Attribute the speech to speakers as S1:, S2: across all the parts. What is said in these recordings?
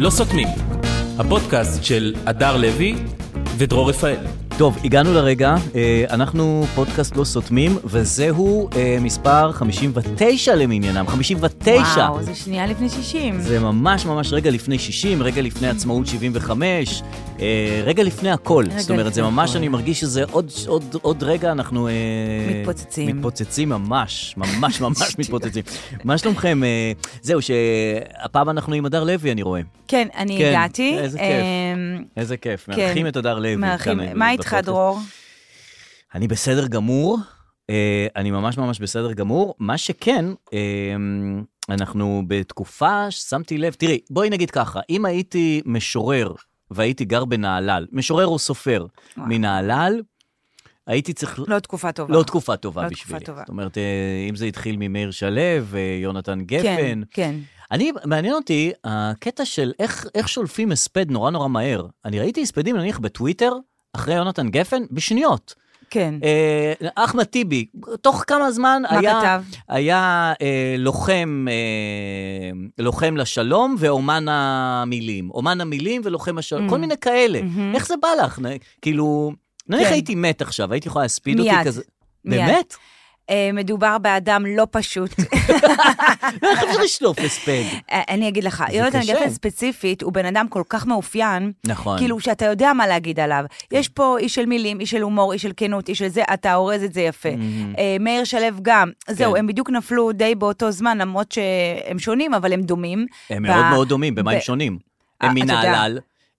S1: לא סותמים, הפודקאסט של הדר לוי ודרור רפאל.
S2: טוב, הגענו לרגע, אה, אנחנו פודקאסט לא סותמים, וזהו אה, מספר 59 למניינם, 59.
S3: וואו, זה שנייה לפני 60.
S2: זה ממש ממש רגע לפני 60, רגע לפני עצמאות 75, אה, רגע לפני הכל.
S3: רגע
S2: זאת אומרת, זה
S3: לפני
S2: ממש,
S3: הכל.
S2: אני מרגיש שזה עוד, עוד, עוד רגע אנחנו... אה,
S3: מתפוצצים.
S2: מתפוצצים ממש, ממש ממש מתפוצצים. מה שלומכם? אה, זהו, שהפעם אנחנו עם הדר לוי, אני רואה.
S3: כן, אני
S2: כן,
S3: הגעתי.
S2: איזה כיף.
S3: אמ,
S2: איזה כיף,
S3: כן.
S2: מארחים את הדר לוי.
S3: מארחים.
S2: כאן,
S3: מה
S2: אה,
S3: איתך,
S2: בפודקאסט.
S3: דרור?
S2: אני בסדר גמור, אה, אני ממש ממש בסדר גמור. מה שכן, אה, אנחנו בתקופה ששמתי לב, תראי, בואי נגיד ככה, אם הייתי משורר והייתי גר בנהלל, משורר או סופר
S3: וואו.
S2: מנהלל, הייתי צריך...
S3: לא תקופה טובה.
S2: לא תקופה טובה
S3: לא תקופה
S2: בשבילי.
S3: טובה.
S2: זאת אומרת, אה, אם זה התחיל ממאיר שלו, אה, יונתן גפן,
S3: כן, כן.
S2: אני, מעניין אותי הקטע של איך, איך שולפים הספד נורא נורא מהר. אני ראיתי הספדים, נניח, בטוויטר, אחרי יונתן גפן, בשניות.
S3: כן.
S2: אה, אחמד טיבי, תוך כמה זמן
S3: מה
S2: אה, היה,
S3: כתב?
S2: היה אה, לוחם, אה, לוחם לשלום ואומן המילים. אומן המילים ולוחם השלום,
S3: Mm.
S2: כל מיני כאלה.
S3: מהמם.
S2: איך זה בא לך? נ- כאילו, נניח
S3: כן.
S2: הייתי מת עכשיו, הייתי יכולה להספיד
S3: מיד,
S2: אותי כזה.
S3: מיד.
S2: באמת?
S3: אה, מדובר באדם לא פשוט.
S2: איך אפשר לשלוף הספד?
S3: אה, אני אגיד לך, יונתן
S2: קשה.
S3: גפן ספציפית הוא בן אדם כל כך מאופיין,
S2: נכון.
S3: כאילו שאתה יודע מה להגיד עליו. יש פה איש של מילים, איש של הומור, איש של כנות, איש של זה, אתה אורז את זה יפה.
S2: מהמם.
S3: אה, מאיר שלו גם. זהו,
S2: Mm-hmm. כן.
S3: הם בדיוק נפלו די באותו זמן, למרות שהם שונים, אבל הם דומים.
S2: הם
S3: ב-
S2: מאוד מאוד דומים, במה הם
S3: ב-
S2: שונים?
S3: אה,
S2: הם
S3: אתה יודע.
S2: מנהלל,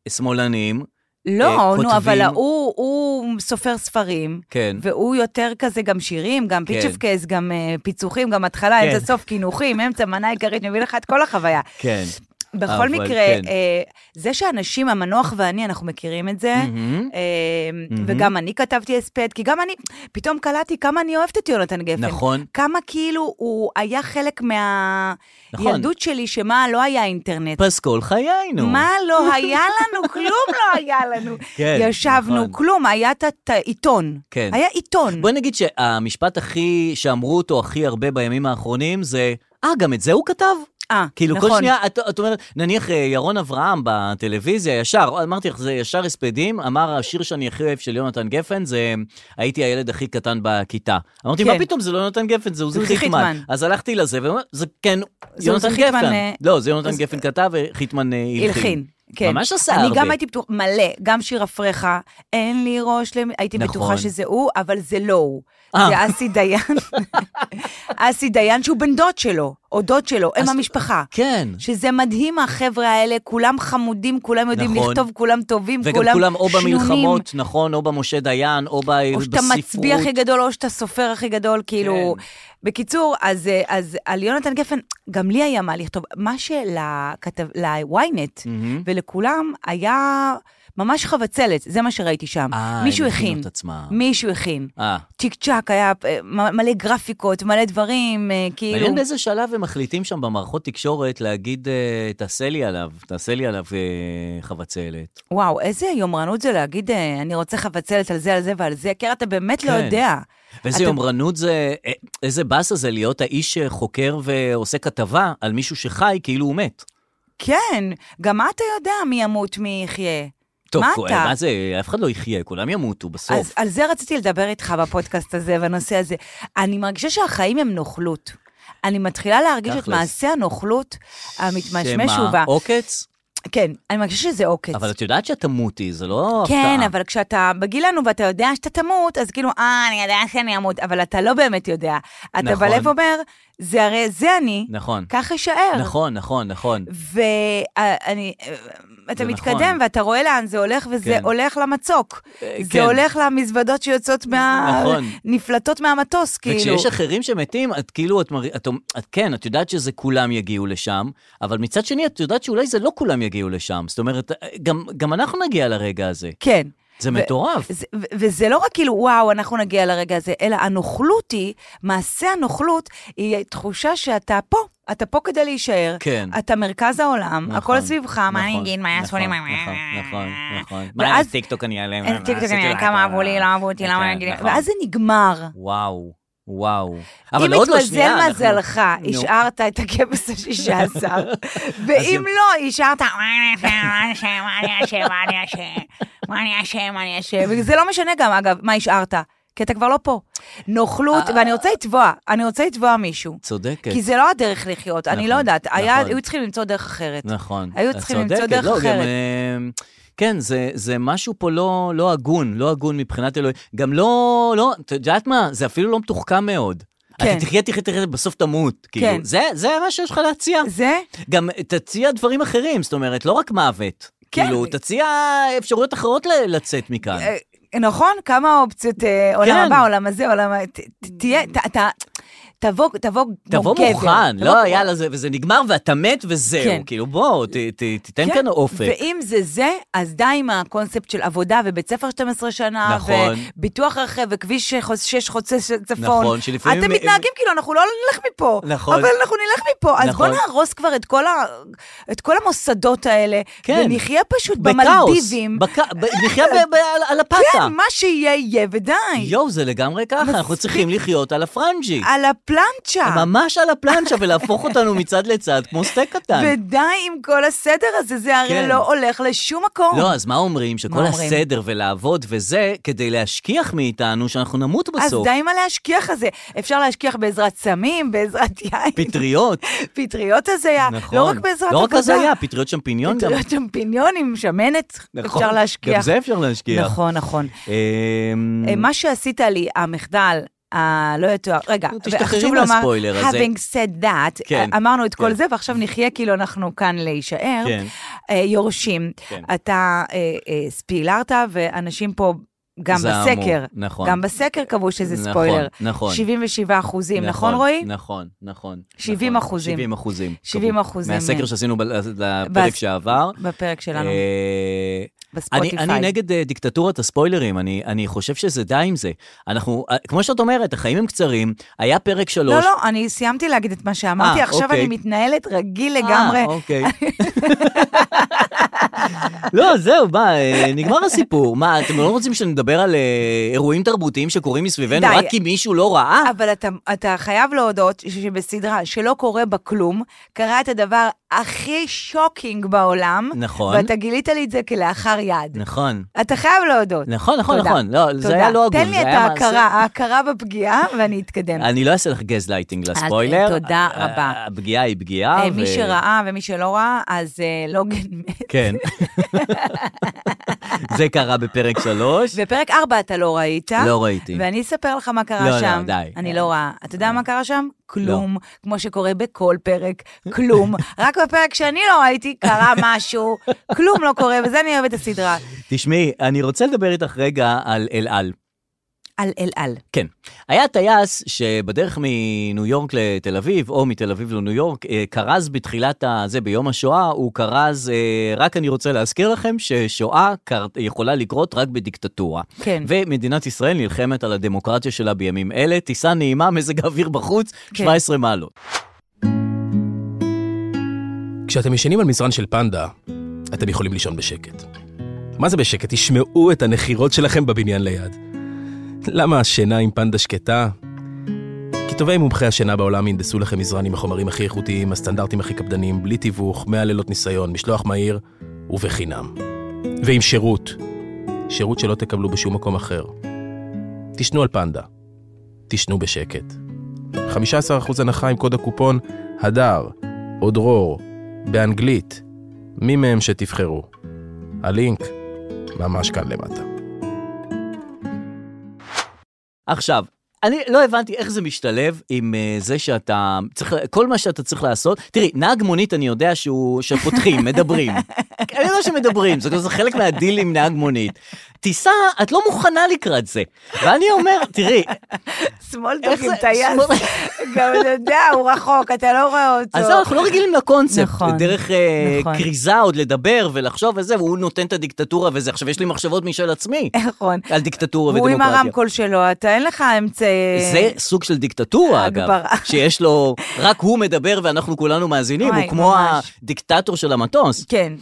S2: שמאלנים,
S3: לא,
S2: אה,
S3: נו, אבל
S2: כותבים-
S3: ההוא, הוא סופר ספרים.
S2: כן.
S3: והוא יותר כזה גם שירים, גם
S2: כן.
S3: פיצ'פקס, גם אה, פיצוחים, גם התחלה,
S2: כן.
S3: אמצע סוף, קינוחים, אמצע מנה עיקרית, מביא לך את כל החוויה.
S2: כן.
S3: בכל
S2: אבל
S3: מקרה,
S2: כן.
S3: אה, זה שאנשים, המנוח ואני, אנחנו מכירים את זה,
S2: מהמם.
S3: אה,
S2: מהמם.
S3: וגם אני כתבתי הספד, כי גם אני, פתאום קלטתי כמה אני אוהבת את יונתן גפן.
S2: נכון.
S3: כמה כאילו הוא היה חלק
S2: נכון.
S3: מהילדות שלי, שמה לא היה אינטרנט.
S2: פסקול חיינו.
S3: מה לא היה לנו? כלום לא היה לנו.
S2: כן, נכון.
S3: ישבנו, כלום, היה את את העיתון.
S2: כן.
S3: היה עיתון.
S2: בואי נגיד שהמשפט הכי, שאמרו אותו הכי הרבה בימים האחרונים זה, אה, גם את זה הוא כתב?
S3: אה,
S2: כאילו, כל
S3: נכון.
S2: שנייה, את, את אומרת, נניח אה, ירון אברהם בטלוויזיה, ישר, אמרתי לך, זה ישר הספדים, אמר, השיר שאני הכי אוהב של יונתן גפן זה הייתי הילד הכי קטן בכיתה. אמרתי,
S3: כן.
S2: מה פתאום, זה לא יונתן גפן, זה עוזי
S3: עוזי
S2: חיטמן.
S3: חיטמן.
S2: אז הלכתי לזה, ואומר, זה כן,
S3: זה עוזי
S2: יונתן
S3: חיטמן,
S2: גפן.
S3: אה,
S2: לא, זה יונתן
S3: אז-
S2: גפן כתב וחיטמן אה,
S3: הלחין. כן.
S2: ממש עשה
S3: אני
S2: הרבה.
S3: גם הייתי בטוחה, מלא, גם שיר אפרחה, אין לי ראש, למ... הייתי
S2: נכון.
S3: בטוחה שזה הוא, אבל זה לא הוא.
S2: אה.
S3: זה אסי דיין, אסי דיין שהוא בן דוד שלו, או דוד שלו, הם
S2: אז-
S3: המשפחה.
S2: כן.
S3: שזה מדהים, החבר'ה האלה, כולם חמודים, כולם יודעים
S2: נכון.
S3: לכתוב, כולם טובים,
S2: וגם
S3: כולם
S2: כולם או
S3: שנונים.
S2: במלחמות, נכון, או במשה דיין, או ב- בספרות.
S3: או שאתה מצביע הכי גדול, או שאתה סופר הכי גדול, כאילו...
S2: כן.
S3: בקיצור, אז, אה, אז על יונתן גפן, גם לי היה מה לכתוב. מה ל-ynet
S2: מהמם.
S3: ולכולם היה ממש חבצלת, זה מה שראיתי שם.
S2: אה, הם
S3: מישהו
S2: הכינו
S3: הכין, כאילו-
S2: את עצמם.
S3: מישהו הכין.
S2: אה.
S3: צ'יק צ'אק היה אה, מ- מלא גרפיקות, מלא דברים, אה, כאילו...
S2: מעניין באיזה שלב הם מחליטים שם במערכות תקשורת להגיד, אה, תעשה לי עליו, תעשה לי עליו אה, חבצלת.
S3: וואו, איזה יומרנות זה להגיד, אה, אני רוצה חבצלת על זה, על זה ועל זה, כי אתה באמת לא
S2: כן.
S3: יודע.
S2: ואיזה
S3: אתה-
S2: יומרנות זה, אה, איזה באסה זה להיות האיש שחוקר ועושה כתבה על מישהו שחי כאילו הוא מת.
S3: כן, גם אתה יודע מי ימות, מי יחיה.
S2: טוב,
S3: מה
S2: כואב,
S3: אתה?
S2: מה זה, אף אחד לא יחיה, כולם ימותו
S3: אז
S2: בסוף.
S3: על זה רציתי לדבר איתך בפודקאסט הזה, בנושא הזה. אני מרגישה שהחיים הם נוכלות. אני מתחילה להרגיש את
S2: תכלס.
S3: מעשה הנוכלות המתמשמש
S2: שמה,
S3: ובא.
S2: עוקץ?
S3: כן, אני מרגישה שזה עוקץ.
S2: אבל את יודעת שאת תמותי, זה לא הפתעה.
S3: כן, אבל כשאתה בגילנו ואתה יודע שאתה תמות, אז כאילו, אה, אני יודע שאני אמות, אבל אתה לא באמת יודע. אתה
S2: נכון.
S3: בלב אומר, זה הרי זה אני,
S2: נכון,
S3: כך אשאר.
S2: נכון, נכון, נכון.
S3: ואני, אתה
S2: זה
S3: מתקדם
S2: נכון.
S3: ואתה רואה לאן זה הולך, וזה
S2: כן.
S3: הולך למצוק.
S2: אה,
S3: זה
S2: כן.
S3: הולך למזוודות שיוצאות מה...
S2: נכון.
S3: נפלטות מהמטוס, כאילו.
S2: וכשיש אחרים שמתים, את כאילו, את, מר... את, את כן, את יודעת שזה כולם יגיעו לשם, אבל מצד שני, את יודעת שאולי זה לא כולם יגיעו לשם. זאת אומרת, גם, גם אנחנו נגיע לרגע הזה.
S3: כן.
S2: זה מטורף.
S3: זה- ו- וזה לא רק כאילו, וואו, אנחנו נגיע לרגע הזה, אלא הנוכלות היא, מעשה הנוכלות היא תחושה שאתה פה, אתה פה כדי להישאר.
S2: כן.
S3: אתה מרכז העולם,
S2: נכון,
S3: הכל סביבך, מה אני
S2: נכון,
S3: אגיד, מה
S2: נכון,
S3: יעשו לי, מה...
S2: נכון, נכון, נכון.
S3: ואז-
S2: מה, טיקטוק אני אעלה? מה,
S3: אין טיקטוק,
S2: עשיתי
S3: אני-
S2: לה-
S3: כמה אהבו לי, לא אהבו אותי,
S2: כן,
S3: למה אני אגיד...
S2: נכון.
S3: ואז זה נגמר.
S2: וואו, וואו.
S3: אם
S2: אבל עוד לא שנייה,
S3: התמזל
S2: אנחנו-
S3: מזלך,
S2: נו.
S3: השארת את הכבש השישה עשר, ואם לא, השארת...
S4: אני אשם, אני אשם, אני אשם, אני אשם, אני אשם, אני אשם.
S3: זה לא משנה גם, אגב, מה השארת, כי אתה כבר לא פה. נוכלות, ואני רוצה לתבוע, אני רוצה לתבוע מישהו.
S2: אה, צודקת.
S3: כי זה לא הדרך לחיות, אני
S2: נכון,
S3: לא יודעת. היה-
S2: נכון.
S3: היו צריכים למצוא דרך אחרת.
S2: נכון.
S3: היו
S2: את
S3: צריכים למצוא
S2: צודקת.
S3: דרך
S2: לא, גם,
S3: אחרת.
S2: אה, כן, זה, זה משהו פה לא, לא הגון, לא הגון מבחינת אלוהים. גם לא, לא, את יודעת מה? זה אפילו לא מתוחכם מאוד.
S3: כן.
S2: אתה תחיה, תחיה, תחיה, בסוף תמות. כאילו,
S3: כן.
S2: זה, זה מה שיש לך להציע.
S3: זה?
S2: גם תציע דברים אחרים, זאת אומרת, לא רק מוות.
S3: כן.
S2: כאילו, תציע אפשרויות אחרות ל- לצאת מכאן.
S3: אה, נכון? כמה אופציות, אה, עולם
S2: כן.
S3: הבא, עולם הזה, עולם ה... ת- ת- תהיה, ת- אתה... תבוא, תבוא כמו גבר.
S2: תבוא מוכן,
S3: תבוא-
S2: לא, יאללה, זה- וזה נגמר ואתה מת וזהו.
S3: כן.
S2: כאילו, בוא, ת- ת- תיתן
S3: כן,
S2: כאן אופק.
S3: ואם זה זה, אז די עם הקונספט של עבודה ובית ספר 12 שנה,
S2: נכון.
S3: וביטוח רכב וכביש 6 חוצה ש- צפון.
S2: נכון, שלפעמים הם-
S3: אתם מתנהגים כאילו, אנחנו לא נלך מפה.
S2: נכון.
S3: אבל אנחנו נלך מפה. אז
S2: נכון.
S3: בוא נהרוס כבר את כל, ה... את כל המוסדות האלה,
S2: כן.
S3: ונחיה פשוט
S2: בכאוס,
S3: במלדיבים.
S2: בכ- ב- נחיה ב- ב- על- על הפתה.
S3: כן, מה שיהיה יהיה, ודי.
S2: יואו, זה לגמרי ככה, אנחנו צריכים לחיות על הפרנג'י.
S3: על הפלנצ'ה.
S2: ממש על הפלנצ'ה, ולהפוך אותנו מצד לצד כמו סטייק קטן.
S3: ודי עם כל הסדר הזה, זה הרי
S2: כן.
S3: לא הולך לשום מקום.
S2: לא, אז מה אומרים? שכל
S3: מה אומרים?
S2: הסדר ולעבוד וזה, כדי להשכיח מאיתנו שאנחנו נמות
S3: אז
S2: בסוף.
S3: די עם הלהשכיח הזה. אפשר להשכיח בעזרת סמים, בעזרת יין.
S2: פטריות,
S3: פטריות הזיה,
S2: נכון.
S3: לא רק בעזרת
S2: לא רק
S3: עבודה.
S2: הזיה, פטריות שמפיניון גם.
S3: פטריות שמפיניונים, שמנת,
S2: נכון,
S3: אפשר להשכיח.
S2: גם זה Mm. אפשר להשכיח.
S3: נכון, נכון.
S2: אמ,
S3: אה, מה שעשית לי, המחדל, הלא יתואר, רגע,
S2: נו, תשתחררי
S3: וחשוב לומר,
S2: מהספוילר הזה.
S3: having said that, אה,
S2: כן,
S3: אמרנו את כל
S2: כן.
S3: זה, ועכשיו נחיה כאילו אנחנו כאן להישאר.
S2: כן.
S3: אה, יורשים,
S2: כן.
S3: אתה אה, אה, ספילרת, ואנשים פה גם
S2: זעמו,
S3: בסקר,
S2: נכון.
S3: גם בסקר קבעו שזה
S2: נכון,
S3: ספוילר.
S2: נכון.
S3: 77 אחוזים, נכון רועי?
S2: נכון, נכון.
S3: 70
S2: נכון.
S3: אחוזים.
S2: 70 אחוזים.
S3: 70
S2: קבעו.
S3: אחוזים.
S2: מהסקר שעשינו ב- לפרק
S3: בס-
S2: שעבר.
S3: בפרק שלנו,
S2: נכון. אה, אני,
S3: בספוטיפיי.
S2: אני נגד אה, דיקטטורת הספוילרים, אני, אני חושב שזה די עם זה. אנחנו, אה, כמו שאת אומרת, החיים הם קצרים, היה פרק שלוש.
S3: לא, לא, אני סיימתי להגיד את מה שאמרתי,
S2: אה,
S3: עכשיו
S2: אוקיי.
S3: אני מתנהלת רגיל לגמרי.
S2: אה, אוקיי. לא, זהו, מה, אה, נגמר הסיפור. מה, אתם לא רוצים שנדבר על אה, אירועים תרבותיים שקורים מסביבנו
S3: די.
S2: רק כי מישהו לא ראה?
S3: אבל אתה, אתה חייב להודות שבסדרה שלא קורה בה כלום, קרה את הדבר הכי שוקינג בעולם,
S2: נכון.
S3: ואתה גילית לי את זה כלאחר יד.
S2: נכון.
S3: אתה חייב להודות.
S2: נכון, נכון,
S3: תודה.
S2: נכון. לא, זה
S3: תודה.
S2: היה לא הגון.
S3: תן לי
S2: זה
S3: את
S2: היה מעשה-
S3: ההכרה, ההכרה בפגיעה, ואני אתקדם.
S2: אני לא אעשה לך גז לייטינג לספוילר.
S3: אה, תודה
S2: ה- ה-
S3: רבה.
S2: הפגיעה היא פגיעה.
S3: אה, מי
S2: ו-
S3: שראה ומי שלא ראה, אז אה, לוגן מת.
S2: כן. זה קרה בפרק שלוש.
S3: בפרק 4 אתה לא ראית.
S2: לא ראיתי.
S3: ואני אספר לך מה
S2: לא,
S3: קרה
S2: לא,
S3: שם.
S2: די. לא.
S3: אני לא רואה. אתה יודע מה קרה שם? כלום. כמו שקורה בכל פרק, כלום. רק בפרק שאני לא ראיתי קרה משהו, כלום לא קורה, וזה אני אוהבת את הסדרה.
S2: תשמעי, אני רוצה לדבר איתך רגע על אל על.
S3: על אל על.
S2: כן. היה טייס שבדרך מניו יורק לתל אביב, או מתל אביב לניו יורק, אה, כרז בתחילת ה... זה, ביום השואה, הוא כרז, אה, רק אני רוצה להזכיר לכם ששואה קר- יכולה לקרות רק בדיקטטורה.
S3: כן.
S2: ומדינת ישראל נלחמת על הדמוקרטיה שלה בימים אלה. טיסה נעימה, מזג האוויר בחוץ,
S3: כן.
S2: 17 מעלות.
S5: כשאתם ישנים על מזרן של פנדה, אתם יכולים לישון בשקט. מה זה בשקט? תשמעו את הנחירות שלכם בבניין ליד. למה השינה עם פנדה שקטה? כי טובי מומחי השינה בעולם ינדסו לכם מזרן עם החומרים הכי איכותיים, הסטנדרטים הכי קפדניים, בלי תיווך, 100 לילות ניסיון, משלוח מהיר ובחינם. ועם שירות. שירות שלא תקבלו בשום מקום אחר. תשנו על פנדה. תשנו בשקט. 15% הנחה עם קוד הקופון הדר, או דרור, באנגלית, מי מהם שתבחרו. הלינק ממש כאן למטה.
S2: עכשיו, אני לא הבנתי איך זה משתלב עם אה, זה שאתה צריך, כל מה שאתה צריך לעשות. תראי, נהג מונית, אני יודע שהוא, שפותחים, מדברים. אני יודע שמדברים, זה, זה חלק מהדיל עם נהג מונית. טיסה, את לא מוכנה לקראת זה. ואני אומר, תראי,
S3: סמולטוק
S2: איך
S3: עם
S2: זה-
S3: טייס. גם אתה יודע, הוא רחוק, אתה לא רואה אותו.
S2: אז זהו, אנחנו לא רגילים לקונספט.
S3: נכון,
S2: דרך אה,
S3: נכון.
S2: כריזה עוד לדבר ולחשוב וזה, והוא נותן את הדיקטטורה וזה. עכשיו, יש לי מחשבות משל עצמי
S3: נכון.
S2: על דיקטטורה
S3: הוא עם
S2: ודמוקרטיה.
S3: הרמקול שלו, אתה אין לך אמצעי...
S2: זה סוג של דיקטטורה, אגב,
S3: הגברה.
S2: שיש לו, רק הוא מדבר ואנחנו כולנו מאזינים,
S3: וואי,
S2: הוא כמו
S3: ממש.
S2: הדיקטטור של המטוס.
S3: כן.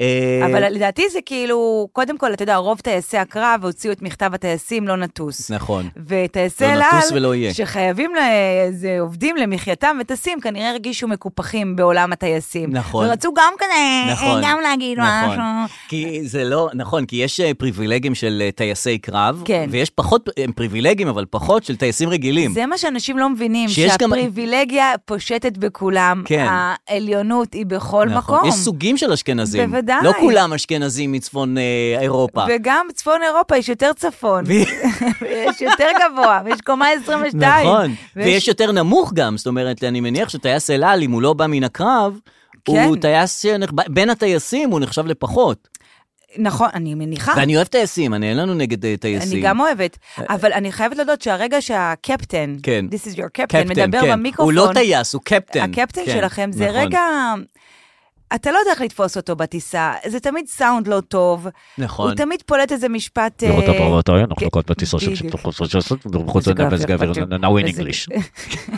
S2: אה,
S3: אבל לדעתי זה כאילו, קודם כל, אתה יודע, רוב טייסי הקרב הוציאו את מכתב הטייסים לא נטוס.
S2: נכון.
S3: וטייסי
S2: לא
S3: אל
S2: נטוס ולא יהיה.
S3: שחייבים, ל- זה, עובדים למחייתם וטסים, כנראה הרגישו מקופחים בעולם הטייסים.
S2: נכון.
S3: ורצו גם כזה,
S2: נכון,
S3: אה, גם להגיד
S2: נכון.
S3: משהו.
S2: כי זה לא, נכון, כי יש אה, פריבילגים של אה, טייסי קרב,
S3: כן.
S2: ויש פחות, אה, הם פריבילגים, אבל פחות של טייסים רגילים.
S3: זה מה שאנשים לא מבינים,
S2: שיש גם-
S3: שהפריבילגיה פושטת בכולם.
S2: כן.
S3: העליונות היא בכל
S2: נכון.
S3: מקום.
S2: יש סוגים של אשכנזים.
S3: בוודאי.
S2: לא כולם אשכנזים מצפון אה, אירופה.
S3: וגם צפון אירופה יש יותר צפון, ויש יותר גבוה, ויש קומה 22.
S2: נכון, ויש יותר נמוך גם, זאת אומרת, אני מניח שטייס אל על, אם הוא לא בא מן הקרב, הוא
S3: כן.
S2: טייס, שנחב- בין הטייסים הוא נחשב לפחות.
S3: נכון, אני מניחה.
S2: ואני אוהב טייסים, אני אין לנו נגד אה, טייסים.
S3: אני גם אוהבת, אבל אני חייבת להודות שהרגע שהקפטן,
S2: כן.
S3: This is your captain, מדבר
S2: כן.
S3: במיקרופון,
S2: הוא לא טייס, הוא קפטן.
S3: הקפטן
S2: כן,
S3: שלכם זה
S2: נכון.
S3: רגע, אתה לא יודע איך לתפוס אותו בטיסה, זה תמיד סאונד לא טוב,
S2: נכון.
S3: הוא תמיד פולט איזה משפט...
S6: לראות את
S3: אה,
S6: הפרעות האלה, אנחנו
S3: כן,
S6: קודם בטיסה של
S3: בדיוק.
S6: שטחו של שטחו, וחוץ
S3: איזה
S6: לנפס
S3: גרפיה,
S6: גבר,
S3: פתאום.
S6: now in
S3: איזה-
S6: English.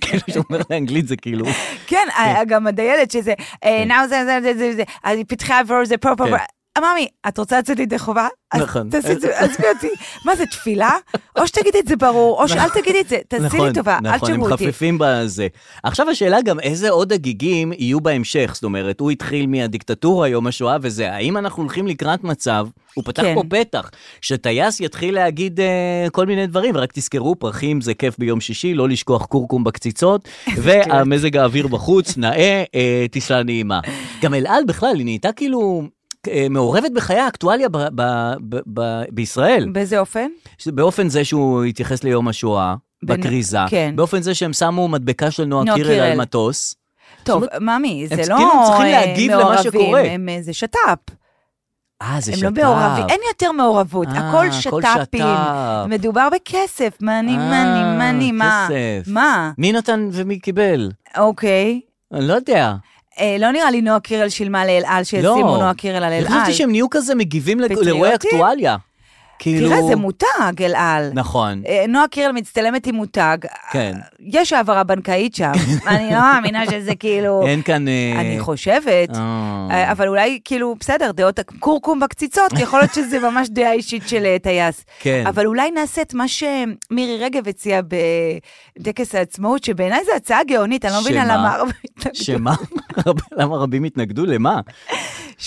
S2: כאילו, שהוא אומר לאנגלית זה כאילו...
S3: כן, ה- גם הדיילת שזה, אה, now זה זה זה זה זה, אז היא פיתחה עבור זה פרו פרו.
S2: כן.
S3: אממי, אה, את רוצה לצאת ידי חובה? אז
S2: נכון.
S3: תעשי את זה, עזבי אותי. מה זה, תפילה? או שתגידי את זה ברור, או שאל תגידי את זה. תעשי לי טובה, אל
S2: נכון, הם
S3: תשמעו אותי.
S2: מחפפים בזה. עכשיו השאלה גם איזה עוד הגיגים יהיו בהמשך. זאת אומרת, הוא התחיל מהדיקטטורה, יום השואה וזה. האם אנחנו הולכים לקראת מצב, הוא פתח
S3: כן.
S2: פה פתח, שטייס יתחיל להגיד אה, כל מיני דברים, רק תזכרו, פרחים זה כיף ביום שישי, לא לשכוח קורקום בקציצות,
S3: כן.
S2: והמזג האוויר בחוץ, נאה, אה, טיסה נעימה. גם אל על בכלל, היא נהייתה כאילו... אה, מעורבת בחיי האקטואליה ב- ב- ב- ב- בישראל.
S3: באיזה אופן?
S2: באופן זה שהוא התייחס ליום השואה,
S3: בנ-
S2: בכריזה,
S3: כן.
S2: באופן זה שהם שמו מדבקה של נועה
S3: נועה
S2: קירל על
S3: קירל.
S2: מטוס,
S3: טוב,
S2: זאת
S3: ממי, זה
S2: הם
S3: לא
S2: כאילו צריכים
S3: אה,
S2: להגיב למה
S3: מעורבים,
S2: שקורה.
S3: הם, אה, זה שת"פ.
S2: אה, זה
S3: הם
S2: שת"פ.
S3: לא מעורבים, אין יותר מעורבות,
S2: אה,
S3: הכל
S2: הכל
S3: שת"פים.
S2: שת"פ.
S3: מדובר בכסף, מאני,
S2: אה,
S3: מאני, מאני, מה?
S2: כסף.
S3: מה?
S2: מי נתן ומי קיבל?
S3: אוקיי.
S2: אני לא יודע.
S3: אה, לא נראה לי נועה קירל שילמה לאל על, שישימו
S2: לא.
S3: נועה קירל על אל
S2: אני
S3: על.
S2: חשבתי שהם נהיו כזה מגיבים לק-
S3: פטריוטים?
S2: לאירועי אקטואליה. כאילו...
S3: תראה, זה מותג, אל על.
S2: נכון.
S3: אה, נועה קירל מצטלמת עם מותג.
S2: כן.
S3: אה, יש העברה בנקאית שם. אני לא מאמינה שזה כאילו...
S2: אין כאן... אה,
S3: אני חושבת.
S2: אה.
S3: אה, אבל אולי, כאילו, בסדר, דעות כורכום בקציצות, יכול להיות שזה ממש דעה אישית של אה, טייס.
S2: כן.
S3: אבל אולי נעשה את מה שמירי רגב הציעה בטקס העצמאות, שבעיניי זו הצעה גאונית, אני לא מבינה
S2: שמה?
S3: למה הרבה התנגדו.
S2: שמה? למה רבים התנגדו? למה?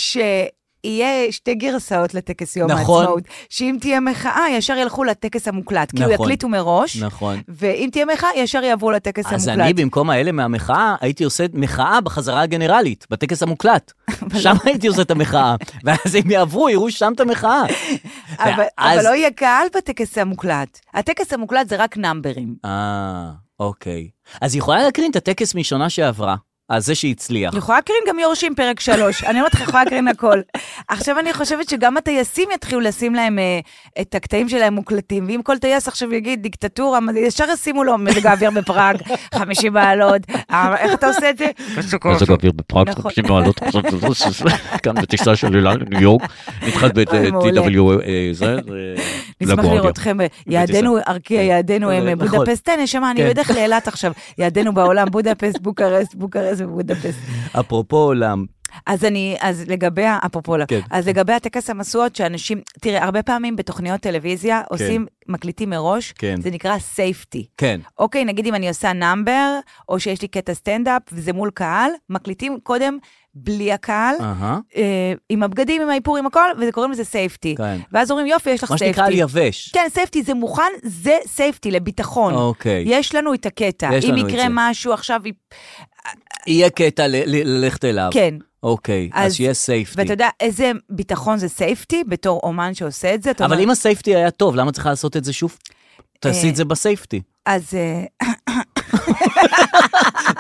S3: שיהיה שתי גרסאות לטקס יום
S2: נכון.
S3: העצמאות. שאם תהיה מחאה, ישר ילכו לטקס המוקלט. כאילו
S2: נכון.
S3: יקליטו מראש,
S2: נכון.
S3: ואם תהיה מחאה, ישר יעברו לטקס
S2: אז
S3: המוקלט.
S2: אני במקום האלה מהמחאה, הייתי עושה מחאה בחזרה הגנרלית, בטקס המוקלט. שם
S3: לא.
S2: הייתי עושה את המחאה, ואז הם יעברו, יראו שם את המחאה.
S3: אבל,
S2: ואז-
S3: אבל לא יהיה קהל בטקס המוקלט. הטקס המוקלט זה רק נאמברים.
S2: אה, אוקיי. אז היא יכולה להקרין את הטקס משנה שעברה, על זה שהצליח.
S3: אני יכולה להקרין גם יורשים פרק שלוש. אני אומרת לך, יכולה להקרין הכל. עכשיו אני חושבת שגם הטייסים יתחילו לשים להם אה, את הקטעים שלהם מוקלטים, ואם כל טייס עכשיו יגיד דיקטטורה, מה זה?" ישר ישימו לו מזג האוויר בפראג, 50 מעלות, אה, איך אתה עושה את זה?
S6: מזג אוויר בפראג,
S3: נכון.
S6: 50 מעלות, עכשיו זה לא שזה, כאן בטיסה של אל על לניו יורק, נתחת
S3: אוי, מעולה.
S6: ב-TW, זה, זה-
S3: נשמח
S6: לגוארדיה.
S3: לראות אתכם, אה, יעדינו ערכי, יעדינו הם
S2: אה,
S3: אה,
S2: נכון.
S3: בודפסט, הנה, שמע, אני
S2: כן.
S3: בדרך לאילת עכשיו, יעדינו בעולם בודפסט, בוקרסט, בוקרסט ובודפסט.
S2: אפרופו עולם,
S3: אז אני, אז לגבי, ה- אפרופו, לא.
S2: כן.
S3: אז לגבי הטקס המשואות, שאנשים, תראה, הרבה פעמים בתוכניות טלוויזיה עושים, מקליטים מראש,
S2: כן.
S3: זה נקרא סייפטי.
S2: כן,
S3: אוקיי, נגיד אם אני עושה נאמבר, או שיש לי קטע סטנדאפ, וזה מול קהל, מקליטים קודם בלי הקהל,
S2: אהה,
S3: אה, עם הבגדים, עם האיפור, עם הכל, וקוראים לזה סייפטי.
S2: כן.
S3: ואז אומרים, יופי, יש לך
S2: מה
S3: סייפטי.
S2: שנקרא על יבש.
S3: כן, סייפטי זה מוכן, זה סייפטי לביטחון.
S2: אוקיי.
S3: יש לנו את הקטע.
S2: יש
S3: אם
S2: לנו את
S3: יקרה
S2: זה.
S3: משהו עכשיו, היא-
S2: יהיה קטע ל- ל- ללכת אליו.
S3: כן.
S2: אוקיי, אז
S3: אז-
S2: שיהיה סייפטי.
S3: ואתה יודע איזה ביטחון זה סייפטי בתור אומן שעושה את זה. אתה
S2: אבל
S3: אומר,
S2: אם הסייפטי היה טוב, למה צריכה לעשות את זה שוב?
S3: אה.
S2: תעשי את זה בסייפטי.
S3: אז אה,